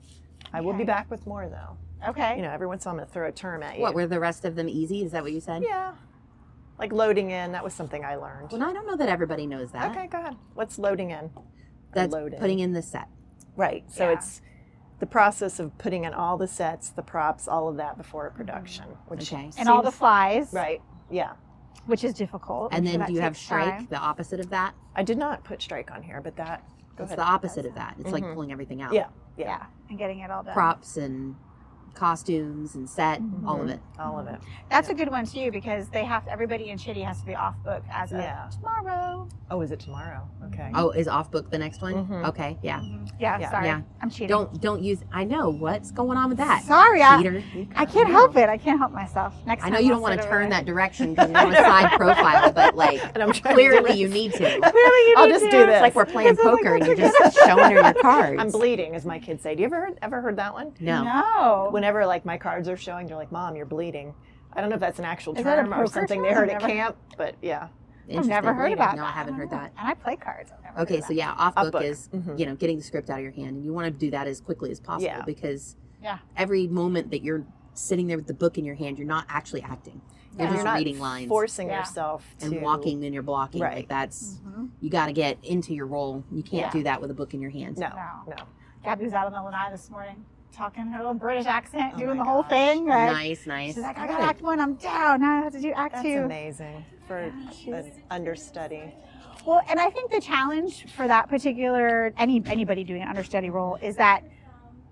S2: I will be
S3: Okay.
S2: back with more though.
S3: Okay.
S2: You know, every once in a while I'm going to throw a term at you.
S1: What were the rest of them easy? Is that what you said?
S2: yeah, like loading in. That was something I learned.
S1: Well, no, I don't know that everybody knows that.
S2: Okay, go ahead. What's loading in?
S1: That's
S2: loading.
S1: putting in the set.
S2: Right. So
S3: Yeah.
S2: it's the process of putting in all the sets, the props, all of that before a production. Which
S1: Mm-hmm. Okay.
S3: and all the
S2: seems-
S3: flies,
S2: right. Yeah,
S3: which is difficult. I'm
S1: And
S3: sure
S1: then
S3: that
S1: do you have
S3: takes
S1: strike,
S3: time.
S1: the opposite of that?
S2: I did not put strike on here, but that. Go
S1: It's
S2: ahead.
S1: the opposite of that. It's
S2: Mhm.
S1: like pulling everything out.
S2: Yeah. Yeah.
S3: Mm-hmm. Yeah, and getting it all done.
S1: Props and costumes and set,
S3: Mm-hmm.
S1: all of it.
S2: All of it.
S3: That's a good one too because they have everybody in Chitty has to be off book as of
S2: Yeah.
S3: tomorrow.
S2: Oh, is it tomorrow? Okay.
S1: Mm-hmm. Oh, is off book the next one?
S3: Mm-hmm.
S2: Mhm.
S1: Okay, yeah.
S3: Yeah,
S2: Yeah.
S3: sorry,
S1: Yeah.
S3: I'm cheating.
S1: Don't don't use. I know what's going on with that.
S3: Sorry, I,
S1: Cheater.
S3: I can't help it. I can't help myself. Next,
S1: I
S3: time
S1: know you
S3: I'll
S1: don't want to
S3: sit over
S1: turn
S3: there.
S1: that direction because you're on a side profile, but like
S2: And I'm trying to do
S1: clearly
S2: this.
S1: you need to.
S3: Clearly, you
S2: I'll
S3: need
S2: just
S3: to.
S2: do this.
S1: It's like we're playing
S3: Because I'm like,
S1: poker and
S3: "That's
S1: you're
S3: a
S1: just showing her your cards.
S2: I'm bleeding, as my kids say. Do you ever heard, ever heard that one?
S1: No.
S3: No.
S2: whenever like my cards are showing, they're like, "Mom, you're bleeding." I don't know if that's an actual
S3: Is that a
S2: term or
S3: poker
S2: something they
S3: term?
S2: heard at
S3: Never-
S2: camp, but yeah,
S3: I've never
S1: Interesting.
S3: heard about
S1: No,
S3: that.
S1: I haven't heard that.
S3: And I play cards. I've never
S1: Okay,
S3: heard
S1: so
S3: that.
S1: yeah, off
S2: Off
S1: book,
S2: book.
S1: is
S2: Mhm.
S1: you know getting the script out of your hand, and you want to do that as quickly as possible
S2: Yeah.
S1: because
S3: Yeah.
S1: every moment that you're sitting there with the book in your hand, you're not actually acting. You're
S3: Yeah.
S1: just
S2: you're not
S1: reading lines
S2: forcing
S3: Yeah.
S2: yourself
S1: and
S2: to
S1: walking, and you're blocking.
S2: Right.
S1: Like that's
S3: Mhm.
S1: you got to get into your role. You can't
S3: Yeah.
S1: do that with a book in your hand.
S2: No,
S3: No.
S2: no,
S3: Gabby was out in the lanai this morning, talking her little British accent,
S2: Oh
S3: doing
S2: my
S3: the whole
S2: gosh.
S3: thing. Like,
S1: Nice, nice.
S3: She's like, I got act one, I'm down. Now I have to do act
S2: that's
S3: two.
S2: amazing for an understudy.
S3: Well, and I think the challenge for that particular any anybody doing an understudy role is that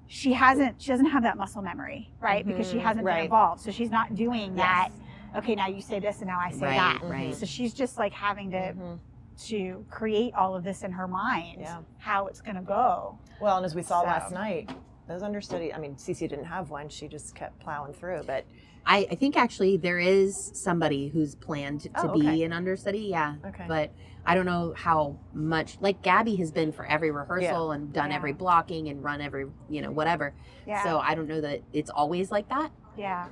S3: she hasn't she doesn't have that muscle memory, right? Because she
S1: Mm-hmm.
S2: Mhm,
S3: hasn't
S2: right.
S3: been involved, so she's not doing that.
S2: Yes.
S3: Okay, now you say this, and now I say
S1: Right,
S3: that. Mm-hmm.
S1: right. Mm-hmm.
S3: So she's just like having to
S2: Mhm.
S3: to create all of this in her mind,
S2: Yeah.
S3: how it's gonna go.
S2: Well, and as we saw
S3: So-
S2: last night, those understudy. I mean, Cece didn't have one; she just kept plowing through. But
S1: I, I think actually there is somebody who's planned to
S2: Oh, okay.
S1: be an understudy. Yeah.
S2: okay,
S1: But I don't know how much like Gabby has been for every rehearsal and done
S3: Yeah.
S1: every blocking and run every, you know, whatever.
S3: Yeah,
S1: So I don't know that it's always like that.
S3: yeah,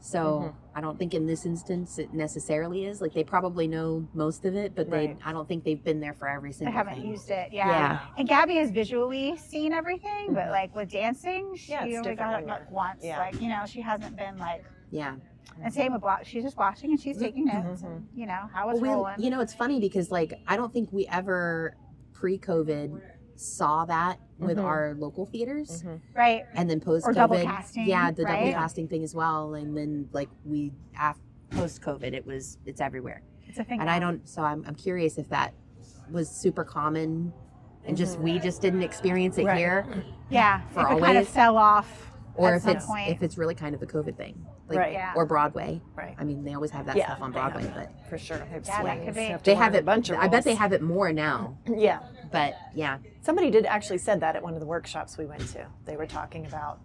S1: So
S3: Mm-hmm.
S1: I don't think in this instance it necessarily is. Like they probably know most of it, but
S2: Right.
S1: they I don't think they've been there for every
S3: I
S1: single
S3: haven't
S1: thing.
S3: used it.
S1: yeah. Mm-hmm.
S3: Yeah. And Gabby has visually seen everything, but
S2: Mhm.
S3: like with dancing, she
S2: Yeah, it's
S3: only
S2: different
S3: got
S2: when
S3: it
S2: you're-
S3: like once.
S2: yeah.
S3: Like you know, she hasn't been like.
S1: Yeah.
S3: And same with block. She's just watching and she's taking notes. and, you know, how it's
S1: Mm-hmm. Well,
S3: rolling.
S1: we, you know, it's funny because like I don't think we ever pre-COVID saw that with
S3: Mm-hmm.
S2: Mhm.
S1: our local theaters.
S2: Mhm.
S3: right.
S1: and then post
S3: Or double
S1: COVID,
S3: casting,
S1: yeah, the double
S3: right?
S1: casting thing as well, and then like we after post COVID, it was it's everywhere,
S3: It's a thing.
S1: and I don't. So I'm I'm curious if that was super common, and just we just didn't experience it
S2: Right.
S1: here,
S3: Yeah.
S1: for
S3: if it kind of
S1: always.
S3: fell off
S1: or
S3: at
S1: if
S3: some
S1: it's
S3: point.
S1: if it's really kind of a COVID thing. like,
S2: Right.
S3: Yeah.
S1: or Broadway.
S2: Right.
S1: I mean, they always have that
S2: Yeah,
S1: stuff on
S2: they have
S1: Broadway,
S2: that
S1: but
S2: for sure. They have
S3: Yeah, that
S2: swings.
S3: could
S2: They
S3: be.
S2: have to
S1: they
S2: learn
S1: have it.
S2: A bunch of
S1: I bet they
S2: rules.
S1: have it more now.
S2: Yeah.
S1: But yeah,
S2: Somebody did actually said that at one of the workshops we went to. They were talking about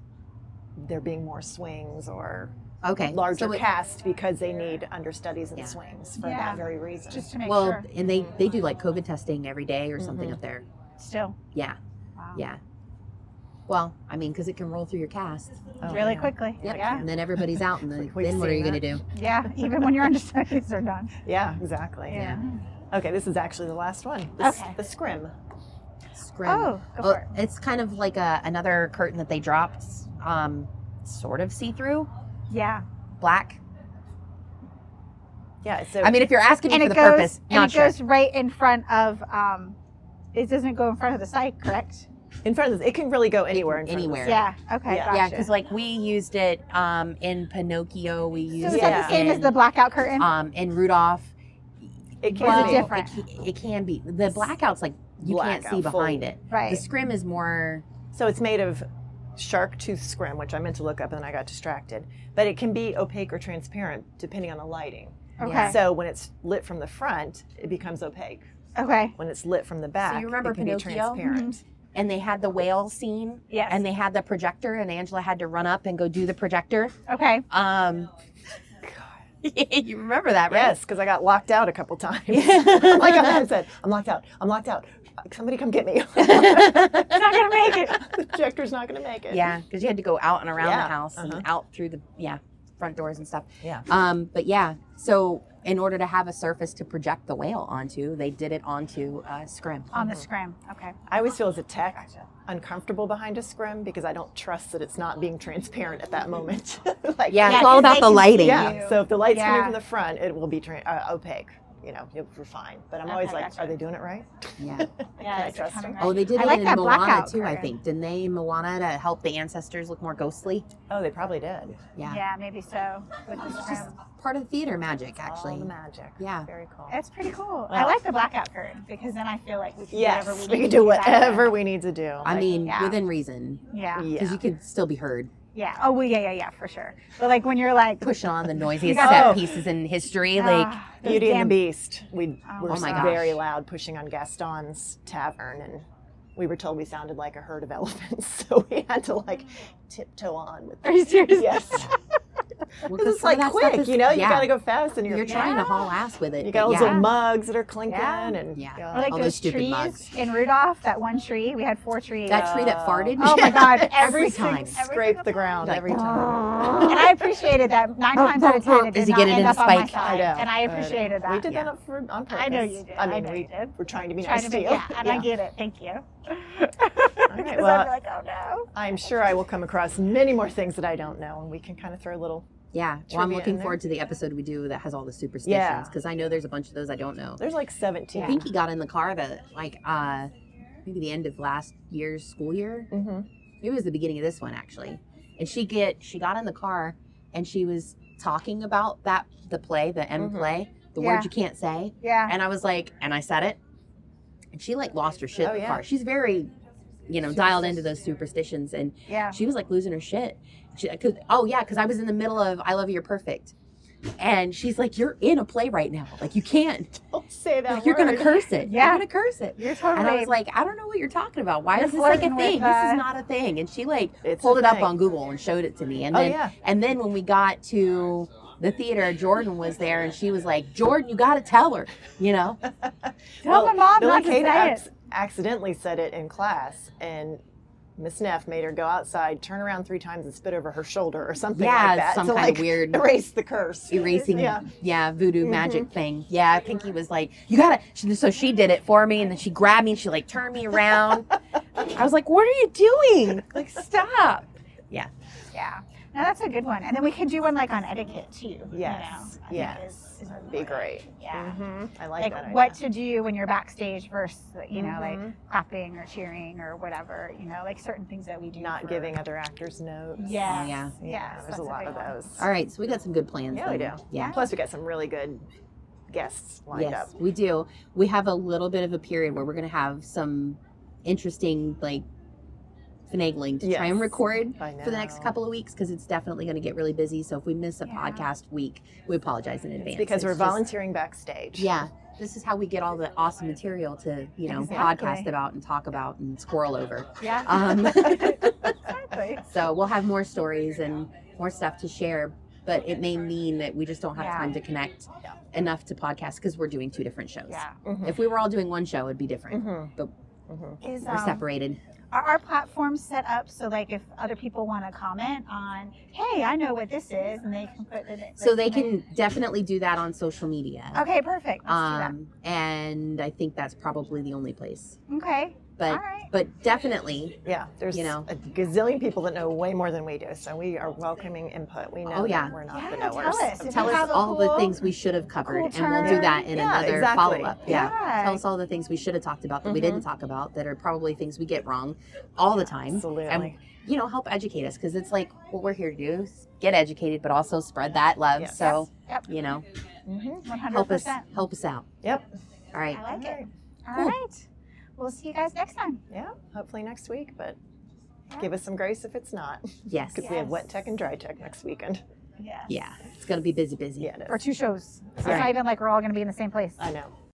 S2: there being more swings or
S1: okay.
S2: larger
S1: So it-
S2: cast because they need understudies and
S1: Yeah.
S2: swings for
S3: Yeah.
S2: that very reason.
S3: just to make
S1: well,
S3: sure.
S1: and they they do like COVID testing every day or something up there.
S3: Still,
S1: Yeah,
S3: wow.
S1: yeah. Well, I mean, because it can roll through your cast.
S2: Oh,
S3: really
S2: yeah.
S3: quickly.
S1: Yep.
S3: Yeah,
S1: And then everybody's out, and then,
S2: Like we've
S1: then what are
S2: seen
S1: you going to
S2: that.
S1: do?
S3: yeah. Even when your understudies are done.
S2: Yeah, exactly.
S1: Yeah.
S2: Okay, this is actually the last one. The, s-
S3: Okay.
S2: the scrim.
S1: Scrim.
S3: Oh, go
S1: Oh,
S3: for it.
S1: it's kind of like a another curtain that they dropped, um, sort of see through,
S3: Yeah,
S1: black.
S2: Yeah, so
S1: I mean, if you're asking me
S3: and
S1: for
S3: it
S1: the
S3: goes
S1: purpose,
S3: and
S1: not
S3: it
S1: sure.
S3: goes right in front of. um It doesn't go in front of the site, correct?
S2: in front of this, it can really go anywhere. In front of this.
S1: anywhere.
S3: Yeah. Okay.
S2: Yeah.
S3: Gotcha.
S1: Yeah, because like we used it um, in Pinocchio, we
S3: so
S1: used
S3: is
S1: it
S3: that the same as
S1: in-
S3: the blackout curtain?
S1: um, in Rudolph.
S2: It can
S3: Well,
S2: be.
S3: it different?
S1: It, ca- it can be. The blackout's like you can't see
S2: Blackout, full.
S1: behind it. The
S3: right.
S1: scrim is more.
S2: So it's made of shark tooth scrim, which I meant to look up and then I got distracted. But it can be opaque or transparent depending on the lighting.
S3: Okay.
S1: yeah.
S2: So when it's lit from the front, it becomes opaque.
S3: okay.
S2: When it's lit from the back,
S1: remember
S2: it can be
S1: Pinocchio? Mm-hmm.
S2: transparent.
S1: And they had the whale scene,
S3: Yes.
S1: and they had the projector, and Angela had to run up and go do the projector.
S3: okay.
S1: Um, you remember that, right?
S2: Yes, because I got locked out a couple times. I'm like on the headset, I'm locked out. I'm locked out. Somebody come get me.
S3: It's not gonna make it.
S2: the projector's not going to make it.
S1: Yeah, because you had to go out and around
S2: Yeah,
S1: the house
S2: uh-huh.
S1: and out through the yeah front doors and stuff.
S2: Yeah.
S1: Um, but yeah, so in order to have a surface to project the whale onto, they did it onto uh, scrim.
S3: On the scrim. Okay.
S2: I always feel as a tech uncomfortable behind a scrim because I don't trust that it's not being transparent at that moment. like,
S1: yeah,
S3: Yeah,
S1: it's all
S3: 'cause
S1: about
S3: they
S1: the
S3: can see
S1: lighting.
S2: yeah.
S3: you.
S2: So if the light's coming
S3: Yeah.
S2: from the front, it will be tra- uh, opaque. You know, you'll be fine. But I'm always
S3: Okay,
S2: like,
S3: gotcha.
S2: are they doing it right?
S1: Yeah.
S3: Yeah.
S2: I
S3: it's
S2: trust
S3: coming
S2: her.
S3: right.
S1: Oh, they did
S3: I
S1: it
S3: like
S1: in
S3: that
S1: Moana
S3: blackout
S1: too, I
S3: curtain.
S1: think. Didn't they in Moana to help the ancestors look more ghostly?
S2: Oh, they probably did.
S1: Yeah.
S3: Yeah, maybe so. With the scrim.
S1: Part of theater magic,
S2: All
S1: actually.
S2: the magic.
S1: Yeah.
S2: Very cool.
S3: That's pretty cool. I
S2: Well-
S3: like the blackout curtain because then I feel like we can do whatever
S2: Yes,
S3: we,
S2: we
S3: need
S2: can
S3: to
S2: do
S3: back then.
S2: whatever we need to do.
S1: I
S2: Like,
S1: mean,
S3: yeah.
S1: within reason,
S3: Yeah. yeah.
S1: because
S2: yeah.
S1: you can still be heard
S3: Oh, well, yeah, yeah, yeah, for sure. But like when you're like,
S1: pushing on the noisiest
S2: Oh.
S1: set pieces in history. Like,
S3: ah, those
S2: Beauty
S3: damn-
S2: and the Beast. We
S3: Oh
S2: were
S1: Oh my gosh.
S2: very loud pushing on Gaston's tavern, and we were told we sounded like a herd of elephants, so we had to like tiptoe on with.
S3: Are you serious?
S2: Yes,
S1: well, 'cause
S2: because it's
S1: some of
S2: like
S1: that stuff
S2: quick,
S1: is-
S2: you know. You
S1: yeah.
S2: gotta go fast, and you're,
S1: You're trying to haul ass with it.
S2: You got all
S1: but
S2: those
S1: yeah.
S2: little mugs that are clinking,
S3: Yeah.
S2: and
S1: Yeah.
S3: Or like
S1: All
S3: those,
S1: those stupid
S3: trees
S1: mugs.
S3: in Rudolph, that one tree. We had four trees.
S1: that tree
S2: uh,
S1: that farted.
S3: oh my God.
S1: Every
S3: Every,
S1: time.
S3: sing- every
S2: scrape
S3: single
S2: the ground
S1: Like,
S2: every time.
S3: time. And I appreciated that. Nine times out of ten, it
S1: As
S3: did
S1: you
S3: not
S1: get it
S3: end
S1: in
S3: up
S1: the
S3: on my
S1: spike.
S3: side. and I appreciated
S2: We
S3: that.
S2: did
S1: Yeah.
S2: that for, on purpose.
S3: I know you did.
S2: I
S3: I
S2: mean,
S3: know
S2: we
S3: you did.
S2: we're trying to be
S3: Trying
S2: nice
S3: to
S2: to,
S3: be,
S2: you.
S3: yeah, and I
S2: Yeah.
S3: get it. Thank you. Because
S2: well-
S3: I'm like, oh no.
S2: I'm sure I will come across many more things that I don't know, and we can kind of throw little.
S1: Yeah. Well, I'm
S2: Trivia in
S1: looking
S2: there.
S1: forward to the episode we do that has all the
S2: Yeah.
S1: superstitions because I know there's a bunch of those I don't know.
S2: There's like 17.
S1: I think he got in the car that like uh maybe the end of last year's school year.
S2: Mm-hmm.
S1: Maybe it was the beginning of this one actually. And she get she got in the car and she was talking about that the play, the M
S2: Mhm.
S1: play, the
S3: Mm-hmm. Yeah.
S1: word you can't say.
S3: Yeah.
S1: And I was like, and I said it. And she like lost her shit
S2: Oh,
S1: in the
S2: yeah.
S1: car. She's very you know, dialed into those superstitions and
S3: Yeah.
S1: she was like losing her shit. She, cause, oh yeah, because I was in the middle of I Love You, You're Perfect. And she's like, You're in a play right now. Like you can't.
S2: Don't Oh, say that.
S1: Like, you're gonna
S2: word.
S1: curse it.
S3: Yeah.
S1: You're gonna curse it.
S3: You're totally.
S1: And I was like, I don't know what you're talking about. Why
S3: You're
S1: is this like a
S3: flirting with,
S1: thing? this
S3: uh,
S1: is not a thing. And she like
S2: It's
S1: pulled
S2: a
S1: it up
S2: thing.
S1: on Google and showed it to me. And
S2: Oh,
S1: then
S2: yeah.
S1: and then when we got to the theater, Jordan was there and she was like, Jordan, you gotta tell her, you know?
S3: Tell my mom
S2: Billy
S3: not to
S2: Kay
S3: say
S2: ac- accidentally said it in class, and Miss Neff made her go outside, turn around three times, and spit over her shoulder or something
S1: Yeah,
S2: like that
S1: some
S2: to
S1: kind of
S2: like
S1: weird-
S2: erase the curse.
S1: Erasing
S2: Yeah.
S1: yeah, Mm-hmm. voodoo magic thing. Yeah, Pinky was like, You gotta she- so she did it for me and then she grabbed me and she like turned me around. I was like, What are you doing? Like stop. Yeah.
S3: it. Yeah. No, that's a good one. And then we can do one like on etiquette too. you know, I
S2: Yes.
S3: think
S2: yes.
S3: is- is
S2: That'd be great.
S3: Yeah.
S2: hmm I like,
S3: Like
S2: that.
S3: what
S2: idea.
S3: to do when you're backstage versus, you know,
S2: Mhm.
S3: like clapping or cheering or whatever, you know, like certain things that we do.
S2: Not
S3: for-
S2: giving other actors notes.
S1: Yeah.
S3: Yes.
S2: Yeah.
S3: Yes,
S2: there's
S3: that's
S2: a
S3: a
S2: lot
S3: big
S2: of
S3: one.
S2: those.
S1: All right, so we got some good plans.
S2: Yeah, we
S1: then.
S2: do.
S1: Yeah.
S2: Plus, we got some really good guests lined
S1: Yes,
S2: up.
S1: we do. We have a little bit of a period where we're going to have some interesting, like, finagling to try
S2: Yes.
S1: and record
S2: I
S1: for the next
S2: know.
S1: couple of weeks because it's definitely going to get really busy. So if we miss a
S3: Yeah.
S1: podcast week, we apologize in advance.
S2: It's because
S1: It's
S2: we're
S1: just-
S2: volunteering backstage.
S1: Yeah. This is how we get all the awesome material to, you know,
S3: Exactly.
S1: podcast about and talk about and squirrel over.
S3: Yeah.
S1: Um,
S3: exactly.
S1: so we'll have more stories and more stuff to share, but it may mean that we just don't have
S3: Yeah.
S1: time to connect enough to podcast because we're doing two different shows.
S3: Yeah.
S2: Mhm.
S1: If we were all doing one show, it'd be different.
S3: Mm-hmm.
S2: Mhm.
S1: But
S2: Mhm.
S3: Is,
S1: we're
S3: um,
S1: separated.
S3: are our platforms set up so like if other people want to comment on, hey, I know what this is, and they can put it in.
S1: So they can definitely do that on social media.
S3: Okay, perfect. Let's
S1: Um, and I think that's probably the only place.
S3: do that. Okay.
S1: But
S3: All right.
S1: but definitely,
S2: Yeah, there's
S1: You know.
S2: a gazillion people that know way more than we do, so we are welcoming input. We know
S1: Oh,
S2: that
S1: yeah.
S2: we're not
S3: Yeah,
S2: the
S3: tell
S2: knowers.
S3: us. If
S1: tell
S3: you
S1: us
S3: have a
S1: all the
S3: cool-
S1: things we should have covered,
S3: cool
S1: and we'll do
S3: term.
S1: that in
S2: Yeah,
S1: another
S2: exactly.
S1: follow up. Yeah.
S3: Yeah. Mm-hmm.
S1: Tell us all the things we should have talked about that we
S2: Mhm.
S1: didn't talk about that are probably things we get wrong all the time.
S2: Absolutely.
S1: And, you know, help educate us because it's like what we're here to do is get educated, but also spread that love.
S2: Yes.
S1: So,
S3: Yep.
S1: you know,
S2: Mhm.
S3: One hundred
S1: help us
S3: percent.
S1: help us out.
S2: Yep.
S1: All right.
S3: I like it. All
S1: Cool.
S3: right. We'll see you guys next time.
S2: Yeah, hopefully next week, but give us some grace if it's not,
S1: Yes.
S2: because we have wet
S3: Yes.
S2: tech and dry tech next weekend.
S3: Yes.
S1: Yeah. It's going to be busy, busy.
S2: Yeah, it
S3: Or
S2: is.
S3: two shows. It's
S1: All
S3: not
S1: right.
S3: even like we're all going to be in the same place.
S2: I know.